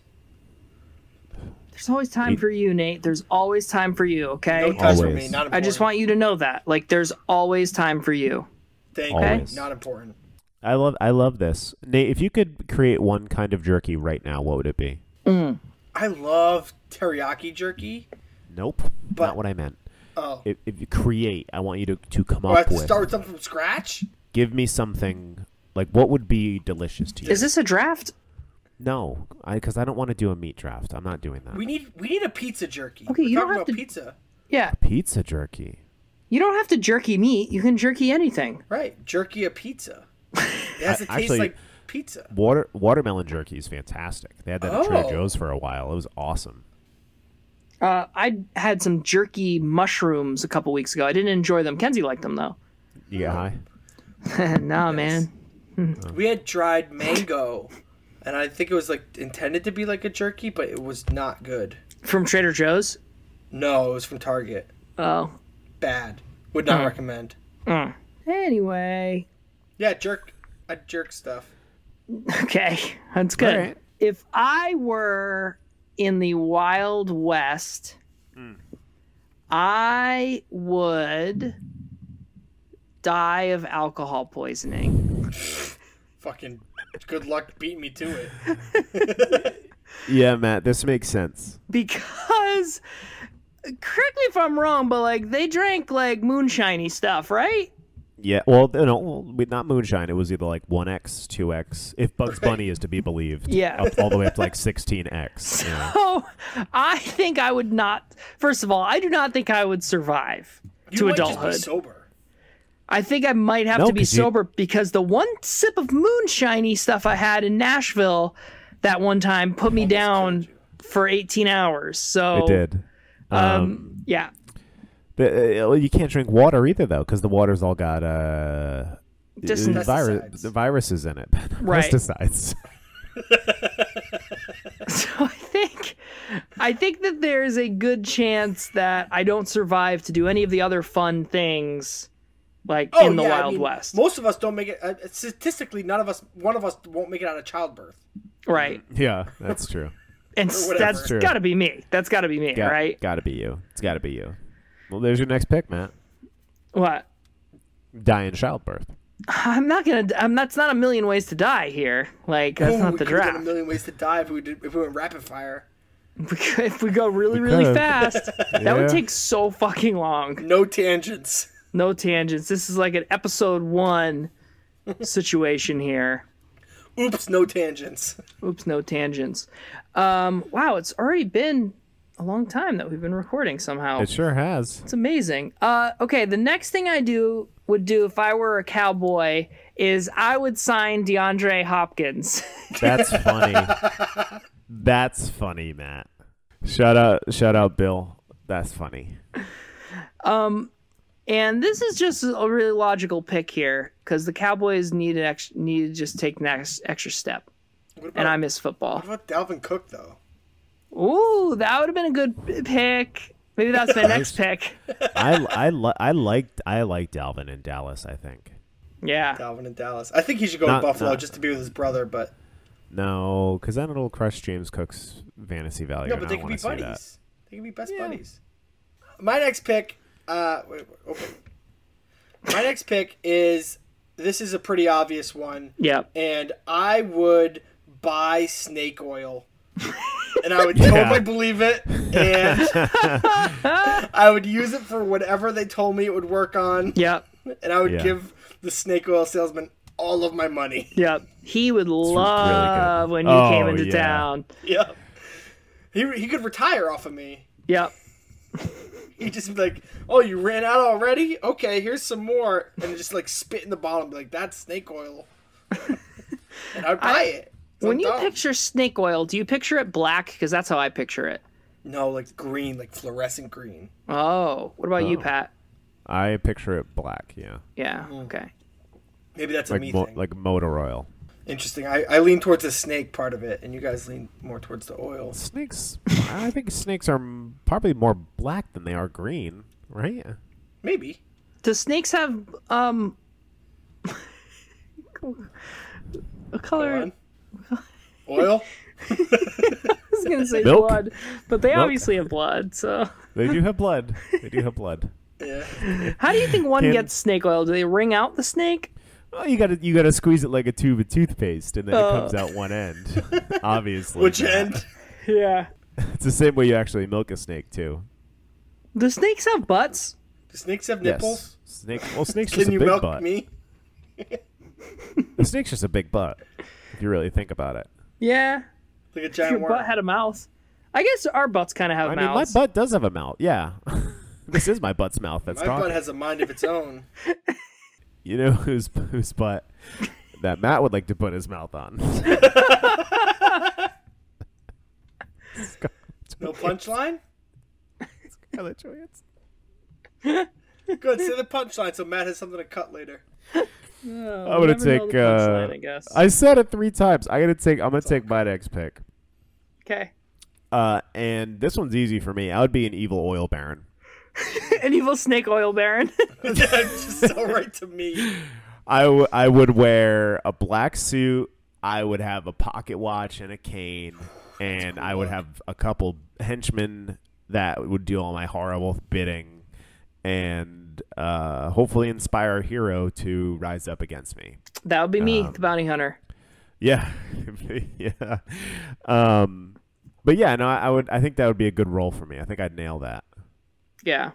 S1: There's always time for you, Nate. There's always time for you, okay?
S2: No time for me.
S3: Always.
S2: Not important.
S1: I just want you to know that. Like, there's always time for you.
S2: Thank
S3: Always.
S2: you. Not important.
S3: I love I love this. Nate, if you could create one kind of jerky right now, what would it be?
S2: I love teriyaki jerky.
S3: Nope.
S2: But-
S3: not what I meant.
S2: Oh.
S3: If, if you create, I want you to, to come
S2: Oh, I
S3: up
S2: have to
S3: with
S2: start with something from scratch?
S3: give me something like what would be delicious to you?
S1: Is this a draft?
S3: No, because I, don't want to do a meat draft. I'm not doing that.
S2: We need we need a pizza jerky.
S1: Okay,
S2: We're
S1: you don't
S2: talking
S1: have to-
S2: about pizza.
S1: Yeah.
S3: Pizza jerky.
S1: You don't have to jerky meat. You can jerky anything.
S2: Right. Jerky a pizza. It has to taste
S3: actually-
S2: like pizza.
S3: Water watermelon jerky is fantastic. They had that at
S2: Oh.
S3: Trader Joe's for a while. It was awesome.
S1: Uh, I had some jerky mushrooms a couple weeks ago. I didn't enjoy them. Kenzie liked them though.
S3: You got high?
S1: nah, man.
S3: Oh.
S2: We had dried mango, and I think it was like intended to be like a jerky, but it was not good.
S1: From Trader Joe's.
S2: No, it was from Target.
S1: Oh.
S2: Bad. Would not recommend.
S1: Mm. Anyway.
S2: Yeah, jerk. I jerk stuff.
S1: Okay, that's good.
S3: All right.
S1: If I were in the Wild West, I would die of alcohol poisoning.
S2: Fucking good luck beat me to it.
S3: Yeah, Matt, this makes sense.
S1: Because, correct me if I'm wrong, but like they drank like moonshiny stuff, right?
S3: Yeah, well, no, well, we- not moonshine. It was either like one x, two x, if Bugs Bunny is to be believed.
S1: Yeah.
S3: up all the way up to like sixteen x.
S1: Oh, I think I would not. First of all, I do not think I would survive
S2: You
S1: to
S2: might just be
S1: adulthood.
S2: sober.
S1: I think I might have
S3: No,
S1: to be
S3: 'cause you-
S1: sober because the one sip of moonshiny stuff I had in Nashville that one time put me down
S2: killed
S1: for 18 hours. So
S3: It did.
S1: Um, yeah.
S3: The, uh, well, you can't drink water either though, because the water's all got uh,
S1: Dis-
S3: uh, viru-
S2: Pesticides.
S3: the viruses in it,
S1: Right.
S3: pesticides.
S1: So I think I think that there's a good chance that I don't survive to do any of the other fun things like in the
S2: Oh, yeah, I
S1: Wild
S2: mean,
S1: West.
S2: Most of us don't make it. Uh, statistically, none of us, one of us, won't make it out of childbirth.
S1: right.
S3: yeah, that's true.
S1: And
S2: Or whatever.
S1: that's
S3: True.
S1: got to be me. That's got to be me,
S3: Got,
S1: right?
S3: Got to be you. It's got to be you. Well, there's your next pick, Matt.
S1: What?
S3: Die in childbirth.
S1: I'm not going to I'm that's not a million ways to die here. Like that's
S2: Ooh,
S1: not
S2: we
S1: the
S2: could've done
S1: draft.
S2: A million ways to die if we did if we went rapid fire.
S1: if we go really really
S3: could.
S1: fast that
S3: Yeah.
S1: would take so fucking long
S2: No tangents.
S1: no tangents this is like an episode one situation here
S2: Oops, no tangents.
S1: oops no tangents um wow it's already been a long time that we've been recording somehow
S3: It sure has.
S1: it's amazing uh okay the next thing i do would do if i were a cowboy is i would sign deandre hopkins
S3: That's funny. That's funny, Matt. Shout out, shout out, Bill. That's funny.
S1: And this is just a really logical pick here because the Cowboys need an ex- need to just take next extra step,
S2: What about,
S1: and I miss football.
S2: what about Dalvin Cook though?
S1: Ooh, that would have been a good pick. Maybe that's my next pick.
S3: I, I, li- I liked, I liked Dalvin in Dallas. I think.
S1: Yeah,
S2: Dalvin in Dallas. I think he should go
S3: Not-
S2: to Buffalo
S3: not-
S2: just to be with his brother. But
S3: No, because then it'll crush James Cook's fantasy value.
S2: no,
S3: and
S2: but
S3: I
S2: they
S3: don't
S2: can be
S3: wanna see that.
S2: buddies. They can be best buddies. My next pick. Uh, wait, wait, okay. My next pick is. This is a pretty obvious one.
S1: yeah.
S2: and I would buy snake oil. and I would totally believe it. And I would use it for whatever they told me it would work on.
S1: Yep,
S2: And I would
S3: Yeah.
S2: give the snake oil salesman all of my money.
S1: yep. He would love when you
S3: Oh,
S1: came into
S3: yeah.
S1: town.
S2: yeah. He, he could retire off of me.
S1: Yep,
S2: He'd just be like, oh, you ran out already? Okay, here's some more. And just like spit in the bottom, be like, that's snake oil. and I'd buy it. 'Cause I'm
S1: When you
S2: dumb.
S1: picture snake oil, do you picture it black? Because that's how I picture it.
S2: No, like green, like fluorescent green.
S1: Oh, what about you, Pat?
S3: I picture it black. Yeah,
S1: Yeah. Okay.
S2: Maybe that's a
S3: like
S2: me
S3: mo-
S2: thing.
S3: like motor oil.
S2: Interesting. I, I lean towards the snake part of it, and you guys lean more towards the oil.
S3: Snakes. I think snakes are m- probably more black than they are green, right?
S2: Maybe.
S1: Do snakes have um? a color?
S2: Go on. Oil?
S1: I was gonna say
S3: Milk?
S1: blood, but they
S3: Milk?
S1: obviously have blood. So,
S3: They do have blood. They do have blood.
S2: Yeah.
S1: how do you think one
S3: Can-
S1: gets snake oil? Do they wring out the snake?
S3: Well, you gotta you gotta squeeze it like a tube of toothpaste, and then
S1: Oh.
S3: it comes out one end. Obviously,
S2: Which
S3: Matt.
S2: end?
S1: Yeah.
S3: It's the same way you actually milk a snake too.
S1: Do snakes have butts?
S2: Do snakes have nipples?
S3: Yes. Snake. Well, snakes just
S2: Can
S3: a
S2: you
S3: big
S2: milk
S3: butt.
S2: me?
S3: A snake's just a big butt. If you really think about it.
S1: Yeah.
S2: Like a
S1: If
S2: giant
S1: your
S2: worm.
S1: butt had a mouth. I guess our butts kind of have
S3: I mean, my
S1: mouths.
S3: butt does have a mouth. Yeah. this is my butt's mouth. That's
S2: My
S3: talking.
S2: butt has a mind of its own.
S3: you know whose whose butt that Matt would like to put his mouth on.
S2: No punchline?
S3: Scarlett Johansson.
S2: Good. Say the punchline so Matt has something to cut later.
S1: Oh,
S3: I'm gonna take. Uh,
S1: I guess.
S3: I said it three times. I gotta take. I'm gonna take my next pick.
S1: okay.
S3: Uh, and this one's easy for me. I would be an evil oil baron.
S1: An evil snake oil baron.
S2: yeah, just so right to me.
S3: I, w- I would wear a black suit. I would have a pocket watch and a cane, and I would have a couple henchmen that would do all my horrible bidding, and uh, hopefully inspire a hero to rise up against me.
S1: that would be me,
S3: Um,
S1: the bounty hunter.
S3: Yeah, yeah. Um, but yeah, no, I, I would. I think that would be a good role for me. I think I'd nail that.
S1: Yeah.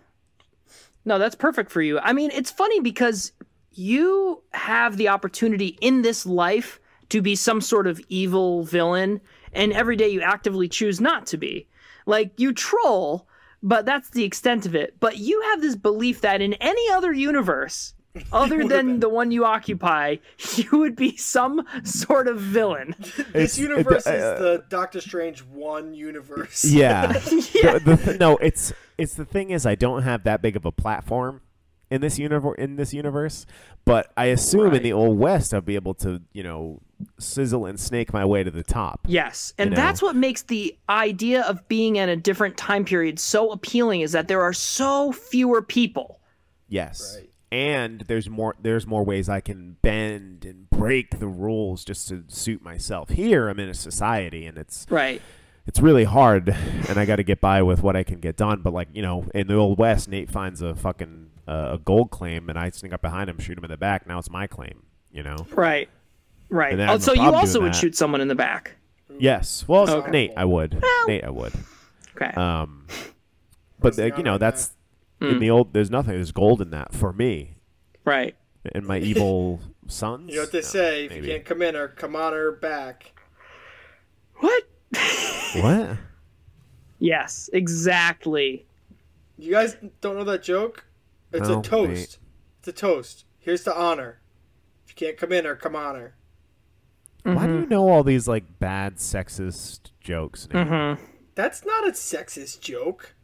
S1: No, that's perfect for you. I mean, it's funny because you have the opportunity in this life to be some sort of evil villain, and every day you actively choose not to be. Like, you troll, but that's the extent of it. But you have this belief that in any other universe, other than the one you occupy, you would be some sort of villain.
S3: It's-
S2: This
S3: it-
S2: universe
S3: uh,
S2: is the Doctor Strange one universe.
S3: Yeah.
S1: Yeah.
S3: The, the th- no, it's it's the thing is I don't have that big of a platform in this universe in this universe, but I assume in the old west I'll be able to, you know, sizzle and snake my way to the top.
S1: Yes. And
S3: know?
S1: that's what makes the idea of being in a different time period so appealing is that there are so fewer people.
S3: Yes.
S2: Right.
S3: And there's more there's more ways I can bend and break the rules just to suit myself. Here I'm in a society and it's
S1: Right.
S3: it's really hard and I got to get by with what I can get done. But like, you know, in the old west, Nate finds a fucking uh, a gold claim and I sneak up behind him, shoot him in the back. Now it's my claim, you know?
S1: Right. Right.
S3: And I have
S1: Oh,
S3: no
S1: so you
S3: problem
S1: also
S3: doing
S1: would
S3: that.
S1: shoot someone in the back.
S3: Yes. Well,
S2: Okay.
S3: Nate, I would. Nate, I would.
S1: Okay.
S3: Um, but
S2: the
S3: like, you know,
S2: honor in
S3: that's in
S2: Hmm.
S3: the old, there's nothing, there's gold in that for me
S1: right.
S3: and my evil sons.
S2: You know what they
S3: No,
S2: say: if
S3: maybe.
S2: you can't come in or come on or back.
S1: What?
S3: What?
S1: Yes, exactly.
S2: You guys don't know that joke? It's
S3: No,
S2: a toast.
S3: wait.
S2: It's a toast. Here's to honor. If you can't come in or come on or.
S3: Why do you know all these like bad sexist jokes? Nate?
S2: That's not a sexist joke.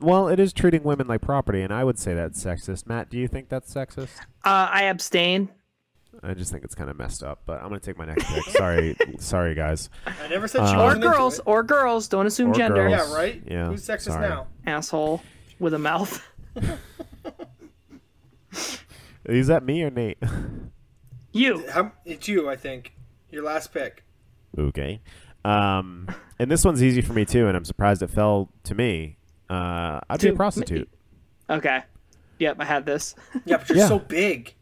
S3: Well, it is treating women like property, and I would say that's sexist. Matt, do you think that's sexist?
S1: Uh, I abstain.
S3: I just think it's kind of messed up, but I'm gonna take my next pick. Sorry, sorry guys.
S2: I never said
S3: Um,
S2: she
S1: Or
S2: was
S1: girls, or girls. Don't assume
S3: Or
S1: gender.
S3: girls.
S2: Yeah, right.
S3: Uh, Yeah,
S2: Who's sexist
S3: sorry.
S2: now?
S1: Asshole with a mouth.
S3: Is that me or Nate?
S1: You.
S2: How, it's you, I think. Your last pick.
S3: okay. Um, and this one's easy for me too, and I'm surprised it fell to me. Uh, I'd be a
S1: To-
S3: prostitute.
S1: Okay. Yep, I had this.
S2: Yeah, but you're
S3: Yeah.
S2: so big.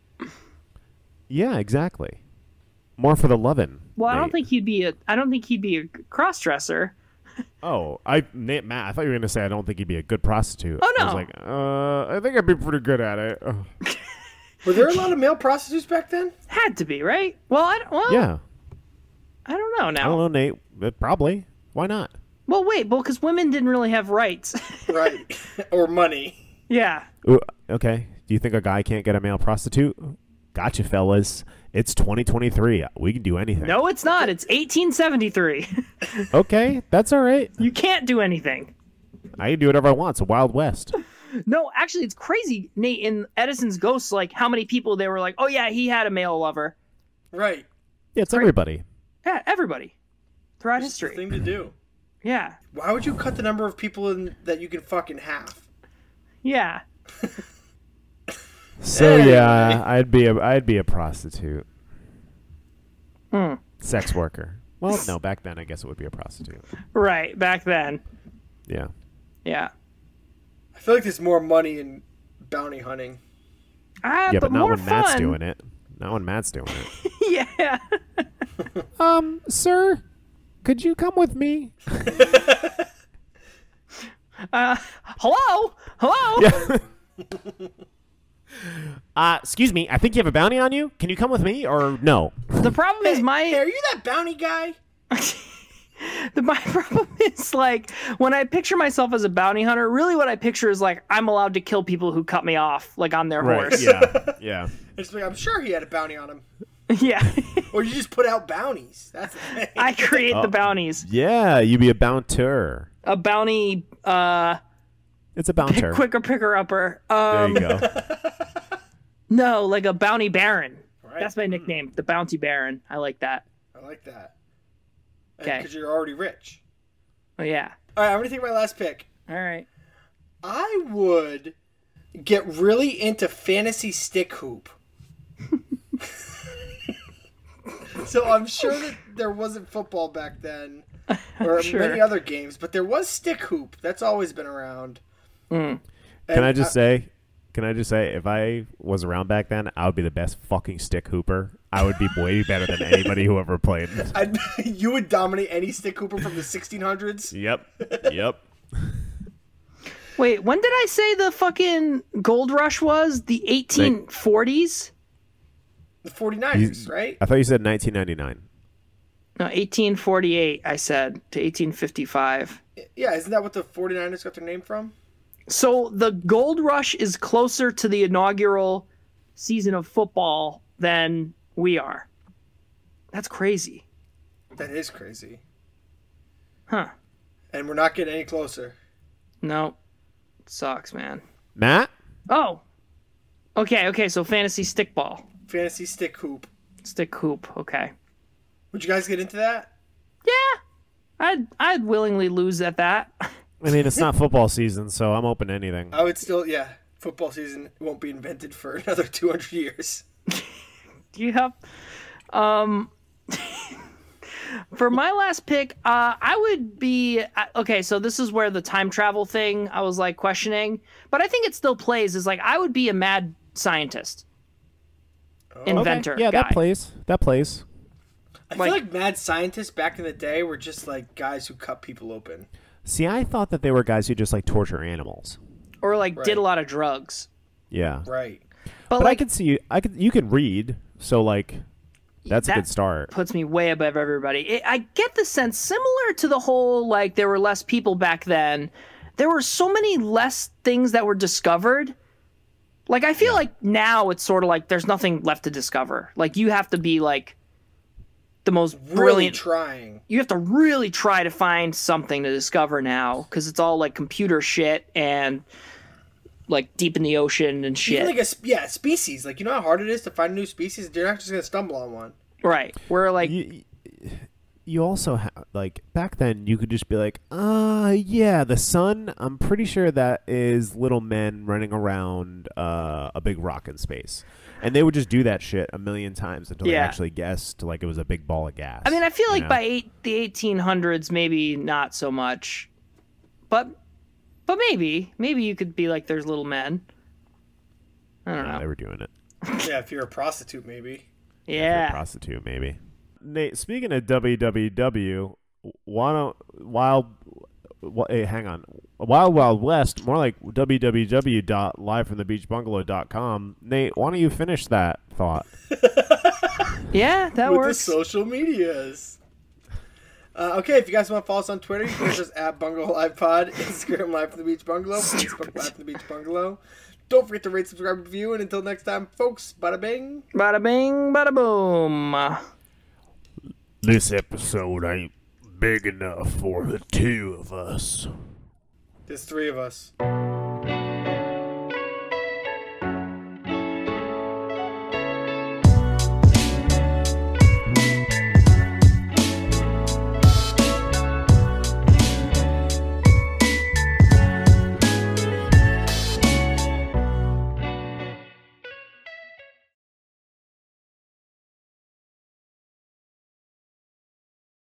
S3: Yeah, exactly. More for the lovin'.
S1: Well, I don't
S3: Nate.
S1: think he'd be a. I don't think he'd be a cross dresser.
S3: Oh, I Nate Matt. I thought you were gonna say I don't think he'd be a good prostitute.
S1: Oh,
S3: I
S1: no.
S3: was
S1: Oh,
S3: like, uh, I think I'd be pretty good at it. Ugh.
S2: Were there a lot of male prostitutes back then?
S1: Had to be right. Well, I don't, well,
S3: Yeah.
S1: I don't know now.
S3: I don't know, Nate. Uh, Probably. Why not?
S1: Well, wait, well, because women didn't really have rights.
S2: Right. or money.
S1: yeah.
S3: Ooh, okay. Do you think a guy can't get a male prostitute? Gotcha, fellas. It's 2023. We can do anything.
S1: No, it's not. It's 1873.
S3: Okay, that's all right.
S1: you can't do anything.
S3: I can do whatever I want. It's a wild west.
S1: No, actually, it's crazy, Nate, in Edison's Ghost, like how many people they were like, oh, yeah, he had a male lover.
S2: Right.
S3: Yeah, it's everybody.
S1: Yeah, everybody throughout
S2: It's the
S1: history.
S2: thing to do.
S1: Yeah.
S2: Why would you cut the number of people in, that you can fuck in half?
S1: Yeah.
S3: So yeah, I'd be a I'd be a prostitute.
S1: Hmm.
S3: Sex worker. Well, no, back then I guess it would be a prostitute.
S1: Right. Back then.
S3: Yeah.
S1: Yeah.
S2: I feel like there's more money in bounty hunting.
S1: Ah,
S3: Yeah,
S1: but,
S3: but, not
S1: more
S3: when
S1: fun.
S3: Matt's doing it. Not when Matt's doing it.
S1: Yeah.
S3: um, sir, could you come with me?
S1: Hello? Hello?
S3: Uh, excuse me. I think you have a bounty on you. Can you come with me or no?
S1: The problem is my.
S2: Hey, are you that bounty guy?
S1: The, my problem is like when I picture myself as a bounty hunter, really what I picture is like I'm allowed to kill people who cut me off, like on their horse.
S3: Yeah. Yeah.
S2: It's like, I'm sure he had a bounty on him.
S1: Yeah.
S2: Or you just put out bounties. That's the thing.
S1: I create the bounties.
S3: Yeah. You be a bouncer.
S1: A bounty uh
S3: It's a bouncer.
S1: Quicker picker upper.
S3: there
S1: Um,
S3: you go.
S1: no, like a bounty baron.
S2: All right.
S1: That's my nickname, the bounty baron. I like that.
S2: I like that.
S1: Okay.
S2: Because you're already rich.
S1: Oh yeah.
S2: All right, I'm gonna take my last pick.
S1: All right.
S2: I would get really into fantasy stick hoop. so I'm sure that there wasn't football back then or
S1: Sure.
S2: many other games, but there was stick hoop. That's always been around.
S3: Can I just say? Can I just say, if I was around back then, I would be the best fucking stick hooper. I would be way better than anybody who ever played.
S2: I'd, you would dominate any stick hooper from the 1600s.
S3: Yep. Yep.
S1: Wait, when did I say the fucking gold rush was? The 1840s?
S2: The 49ers, right?
S3: I thought you said 1999.
S1: No, 1848, I said, to 1855.
S2: Yeah, isn't that what the 49ers got their name from?
S1: So the gold rush is closer to the inaugural season of football than we are. That's crazy.
S2: That is crazy.
S1: Huh.
S2: And we're not getting any closer.
S1: No. Sucks, man.
S3: Matt,
S1: Oh. Okay, okay, so fantasy stickball.
S2: Fantasy stick hoop.
S1: Stick hoop, okay.
S2: Would you guys get into that?
S1: Yeah. I'd I'd willingly lose at that.
S3: I mean, it's not football season, so I'm open to anything.
S2: I would still, yeah. Football season won't be invented for another 200 years.
S1: Yep. Um, for my last pick, uh, I would be I- okay. So this is where the time travel thing I was like questioning, but I think it still plays. Is like I would be a mad scientist, inventor.
S3: Yeah,
S1: guy.
S3: that plays. That plays.
S2: I
S1: Like-
S2: feel like mad scientists back in the day were just like guys who cut people open.
S3: See, I thought that they were guys who just like torture animals.
S1: or like did
S2: Right.
S1: a lot of drugs.
S3: Yeah.
S2: Right.
S1: But,
S3: But I
S1: like
S3: could see I could you can read, so like that's
S1: That-
S3: a good start.
S1: puts me way above everybody. It, I get the sense similar to the whole like there were less people back then. There were so many less things that were discovered. Like I feel like now it's sort of like there's nothing left to discover. Like you have to be like the most
S2: Really
S1: brilliant.
S2: trying.
S1: you have to really try to find something to discover now because it's all like computer shit and like deep in the ocean and shit.
S2: Even like a sp- yeah species. Like you know how hard it is to find a new species. You're not just gonna stumble on one.
S1: right. We're like
S3: You, you also ha- like back then you could just be like, "Uh, yeah, the sun, I'm pretty sure that is little men running around uh, a big rock in space." And they would just do that shit a million times until they
S1: Yeah.
S3: actually guessed like it was a big ball of gas.
S1: I mean, I feel like
S3: know?
S1: by eight, the eighteen hundreds, maybe not so much, but but maybe maybe you could be like there's little men. I don't
S3: Yeah, they
S1: know.
S3: were doing it.
S2: Yeah, if you're a prostitute, maybe.
S3: You're a
S1: Yeah,
S3: prostitute maybe. Nate, speaking of WWW, why don't wild? wh- hey, hang on, Wild Wild West, more like www.livefromthebeachbungalow.com. Nate, why don't you finish that thought?
S1: yeah, that
S2: With the
S1: works.
S2: social medias. Uh, okay, if you guys want to follow us on Twitter, you can reach us at Bungalow Live Pod, Instagram Live from the Beach Bungalow, Facebook Live from the Beach Bungalow. Don't forget to rate, subscribe, and review, and until next time, folks, bada bing.
S1: Bada bing, bada boom.
S4: This episode ain't big enough for the two of us.
S2: There's three of us.